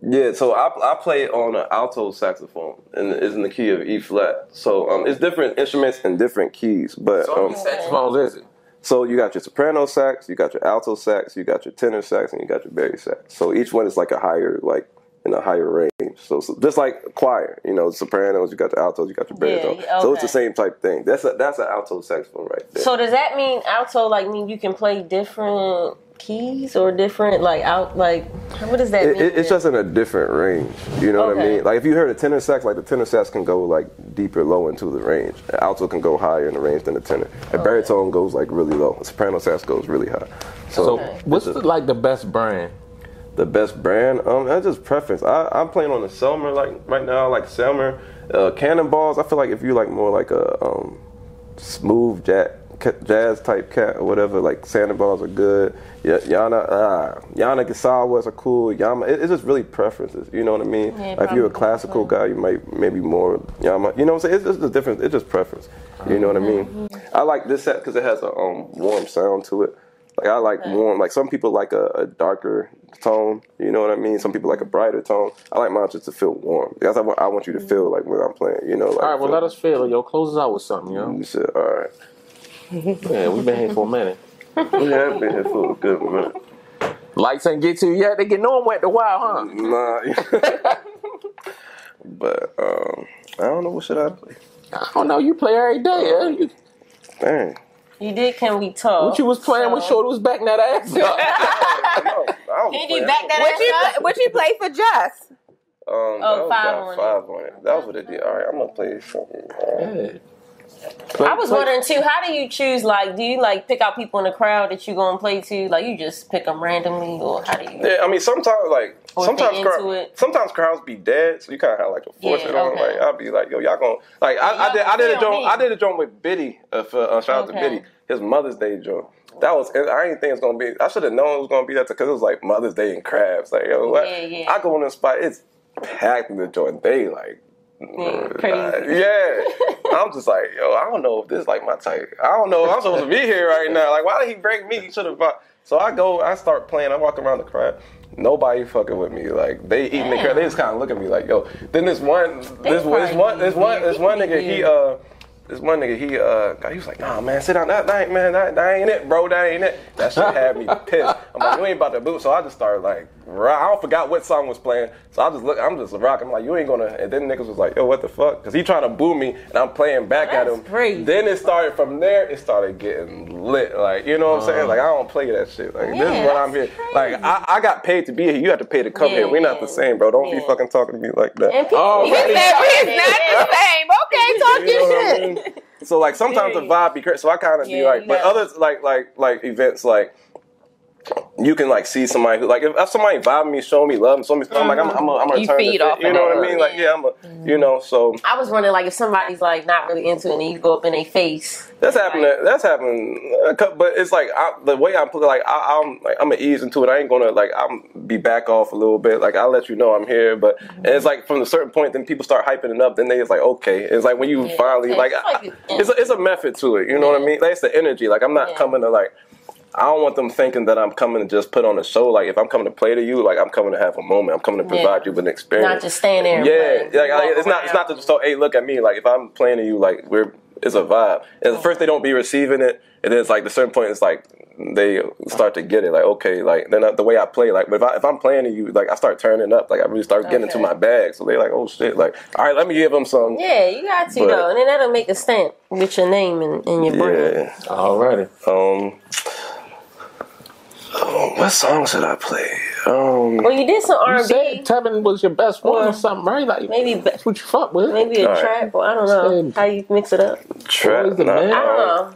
S5: Yeah, so I, I play it on an alto saxophone, and it's in the key of E flat. So um, it's different instruments and different keys. But
S4: So
S5: um,
S4: many saxophones.
S6: Saxophones is it?
S5: so you got your soprano sax, you got your alto sax, you got your tenor sax, and you got your bass sax. So each one is like a higher, like in a higher range. So, so just like choir, you know, sopranos, you got your altos, you got your baritone.
S2: Yeah,
S5: So it's the
S2: okay.
S5: same type thing. That's a that's an alto saxophone right there.
S2: So does that mean alto like mean you can play different keys or different like out like what does that
S5: It,
S2: mean?
S5: it, it's just in a different range. You know what I
S2: Okay.
S5: mean? Like if you heard a tenor sax, like the tenor sax can go like deep or low into the range. An alto can go higher in the range than the tenor. A
S2: Oh.
S5: baritone goes like really low. A soprano sax goes really high.
S6: So
S5: So,
S6: what's
S5: it's
S6: the,
S5: a-
S6: like the best brand?
S5: the best brand? Um, that's just preference. I, I'm playing on the Selmer like right now, like Selmer, uh, Cannonballs. I feel like if you like more like a um, smooth jack. ca- Jazz type cat or whatever, like Sandoval's are good. Y- Yana, uh, Yana Gasawas are cool. Yama, it- it's just really preferences. You know what I mean?
S2: Yeah,
S5: like if you're
S2: probably.
S5: a classical guy, you might maybe more Yama. You know what I'm saying? It's just a difference. It's just preference. You know what I mean?
S2: Mm-hmm.
S5: I like this set because it has a um, warm sound to it. Like I like warm. Like some people like a, a darker tone. You know what I mean? Some people like a brighter tone. I like mine just to feel warm. That's I want. I want you to
S2: Mm-hmm.
S5: feel like when I'm playing. You know? Like,
S6: All right, well let us feel. Yo, close us out with something, yo.
S5: You said, all right.
S6: Yeah, we've been here for a minute.
S5: We have been here for a good minute.
S6: Lights ain't get to you yet. They get no one at the wild, huh?
S5: Nah. but um, I don't know what should I play.
S6: I don't know. You play every day. Yeah? You,
S5: Dang.
S2: you did can we talk?
S6: what you was playing when Shorty was backing that ass up?
S5: I don't know. I was
S2: Can you
S5: playing-
S2: back that
S3: What you
S2: ass up?
S3: what you play for Just?
S5: Um,
S2: Oh,
S5: that was
S2: five
S5: about
S2: on it.
S5: five on it. That was what it did. All right, I'm gonna play something. All right.
S6: Yeah.
S2: I was wondering too, how do you choose like do you like pick out people in the crowd that you gonna play to? Like you just pick them randomly or how do you
S5: Yeah, I mean sometimes like
S2: Or if
S5: sometimes
S2: they into
S5: crowd,
S2: it.
S5: sometimes crowds be dead, so you kind of have like a force
S2: Yeah,
S5: it on.
S2: okay.
S5: Like I'll be like, yo, y'all gonna like I, I
S2: Y'all
S5: did I did a
S2: feel
S5: joint
S2: me.
S5: I did a joint with Biddy uh, for uh, shout out
S2: Okay.
S5: to Biddy his Mother's Day joint. That was I didn't think it's gonna be. I should have known it was gonna be that because it was like Mother's Day and crabs. Like yo, what?
S2: Yeah, yeah.
S5: I go on the spot, it's packed in the joint. They like.
S2: Yeah,
S5: uh,
S2: crazy.
S5: yeah, I'm just like, yo, I don't know if this is like my type. I don't know if I'm supposed to be here right now. Like, why did he break me? He should have. brought- So I go, I start playing. I walk around the crowd. Nobody fucking with me. Like they eating the crowd. They just kind of look at me like, yo. Then this one, this one, this
S2: probably
S5: one, this one,
S2: weird.
S5: this one
S2: He
S5: nigga, he uh. This one nigga, he uh, God, he was like, "Nah, man, sit down. That, that ain't, man, that, that ain't it, bro. That ain't it." That shit had me pissed. I'm like, "You ain't about to boot." So I just started like, ro- I don't forgot what song was playing. So I just look, I'm just rocking. I'm like, "You ain't gonna." And then niggas was like, "Yo, what the fuck?" Because he trying to boo me, and I'm playing back at
S2: That's
S5: him.
S2: crazy.
S5: Then it started from there. It started getting lit. Like, you know what I'm saying? Like, I don't play that shit. Like, this
S2: Yeah,
S5: is what I'm here.
S2: that's
S5: Like, I, I got paid to be here. You have to pay to come
S2: Yeah,
S5: here. We're not
S2: yeah.
S5: the same, bro. Don't be
S2: Yeah.
S5: fucking talking to me like that.
S2: and people
S6: Oh,
S2: Yeah,
S6: right.
S2: yeah,
S3: He's not
S2: yeah.
S3: the same. Okay, talk
S5: You know
S3: your
S5: what I
S3: shit.
S5: mean? So like sometimes the
S2: Period.
S5: vibe be crazy. So I kind of be
S2: Yeah,
S5: like,
S2: you
S5: but
S2: gotta-
S5: others like like like events like you can like see somebody who like if, if somebody vibing me, showing me love, and showing me stuff, I'm like I'm I'm a, I'm a
S3: You
S5: turn
S3: feed
S5: to,
S3: off
S5: you
S3: of Mm.
S5: know
S3: that.
S5: what I mean? Like yeah, I'm a you know so
S2: I was wondering like if somebody's like not really into it and you go up in their face.
S5: that's happened. That's happened. a cou- But it's like I, the way I'm put- like I, I'm like I'm gonna ease into it. I ain't gonna like I'm be back off a little bit. Like I'll let you know I'm here. But and it's like from a certain point, then people start hyping it up. Then they just like okay. It's like when you
S2: Yeah,
S5: finally
S2: okay.
S5: like
S2: It's like an
S5: it's a, it's a method to it. You know what I mean? Like it's the energy. Like I'm not
S2: Yeah.
S5: coming to like. I don't want them thinking that I'm coming to just put on a show. Like if I'm coming to play to you, like I'm coming to have a moment. I'm coming to
S2: Yeah.
S5: provide you with an experience
S2: Not just stand there. and
S5: yeah,
S2: play.
S5: like I,
S2: Walk
S5: it's not it's not
S2: around.
S5: just so hey look at me like if I'm playing to you like we're it's a vibe. And at first they don't be receiving it, and then it's like the certain point it's like they start to get it. Like okay, like then I- the way I play, like but if I if I'm playing to you, like I start turning up, like I really start getting into
S2: Okay.
S5: my bag. So they like oh shit, like all right, let me give them some.
S2: Yeah, you got to
S5: But-
S2: though, and then that'll make a stamp with your name and, and your brand.
S5: Yeah.
S6: Alrighty.
S5: Um. oh, What song should I play? Um,
S2: Well, you did some R
S6: You
S2: and B,
S6: said Tevin was your best one
S2: Or-
S6: or something, right? Like
S2: maybe ba-
S6: that's what you fuck with.
S2: maybe a
S5: All right.
S2: trap, or I don't know
S6: Same.
S2: how you mix it up.
S5: trap.
S6: Always the man.
S2: I don't know.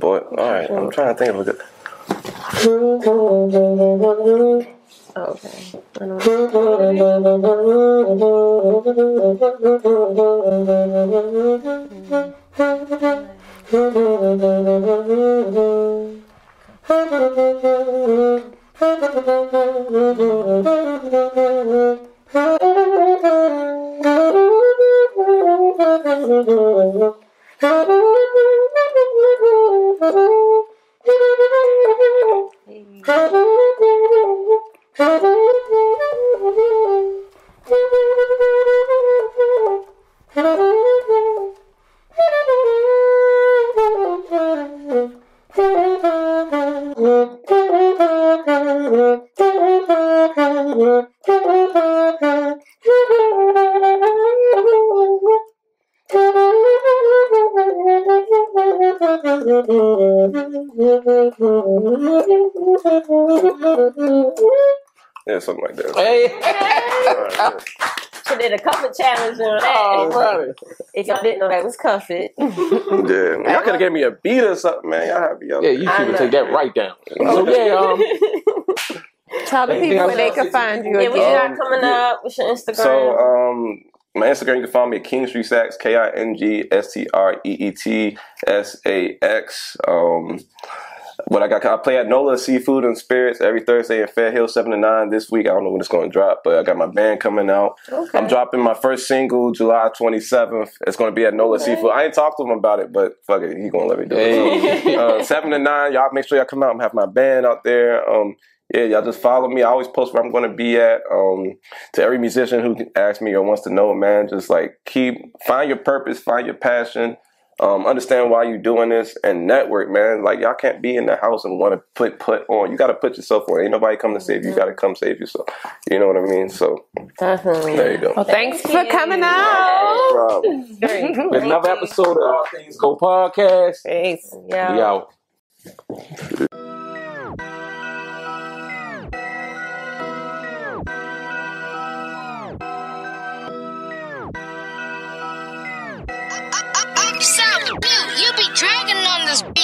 S5: Boy, all right. I'm trying to think of a good.
S2: Oh, okay,
S5: Yeah, something like that.
S2: so did a couple challenges on that.
S6: Alrighty.
S2: Oh, If y'all didn't know that was cuff it.
S5: Yeah, y'all could have gave me a beat or something, man. Y'all have y'all.
S6: Yeah, you
S2: I
S6: should
S2: know.
S6: take that right down. So yeah, um,
S3: Tell the
S6: Hey,
S3: people
S6: I'm
S3: where they
S6: sorry.
S3: can find you
S2: yeah, what you
S3: again.
S2: got coming
S5: yeah.
S2: up? What's your Instagram?
S5: So, um, my Instagram, you can find me at King Street Sax, K I N G S T R E E T S A X. Um, what I got, I play at Nola Seafood and Spirits every Thursday in Fair Hill, 7 to 9 this week. I don't know when it's going to drop, but I got my band coming out. I'm dropping my first single July 27th. It's going to be at Nola Seafood. I ain't talked to him about it, but fuck it, he going to let me do it. So, uh, seven to nine. Y'all make sure y'all come out and have my band out there. Um, yeah, y'all just follow me. I always post where I'm going to be at. Um, to every musician who asks me or wants to know, man, just like keep find your purpose, find your passion. Um, understand why you're doing this and network, man. Like y'all can't be in the house and want to put put on. You got to put yourself on. Ain't nobody coming to save you. You got to come save yourself. You know what I mean? So
S2: Definitely.
S5: there you go.
S3: Thanks for
S2: Thank you.
S3: coming out.
S5: Problem.
S2: Great.
S6: with another
S2: Thank you.
S6: episode of All Things Go Podcast.
S3: Thanks.
S2: Yeah.
S6: We out.
S7: I'm sorry, Blue. You be dragging on this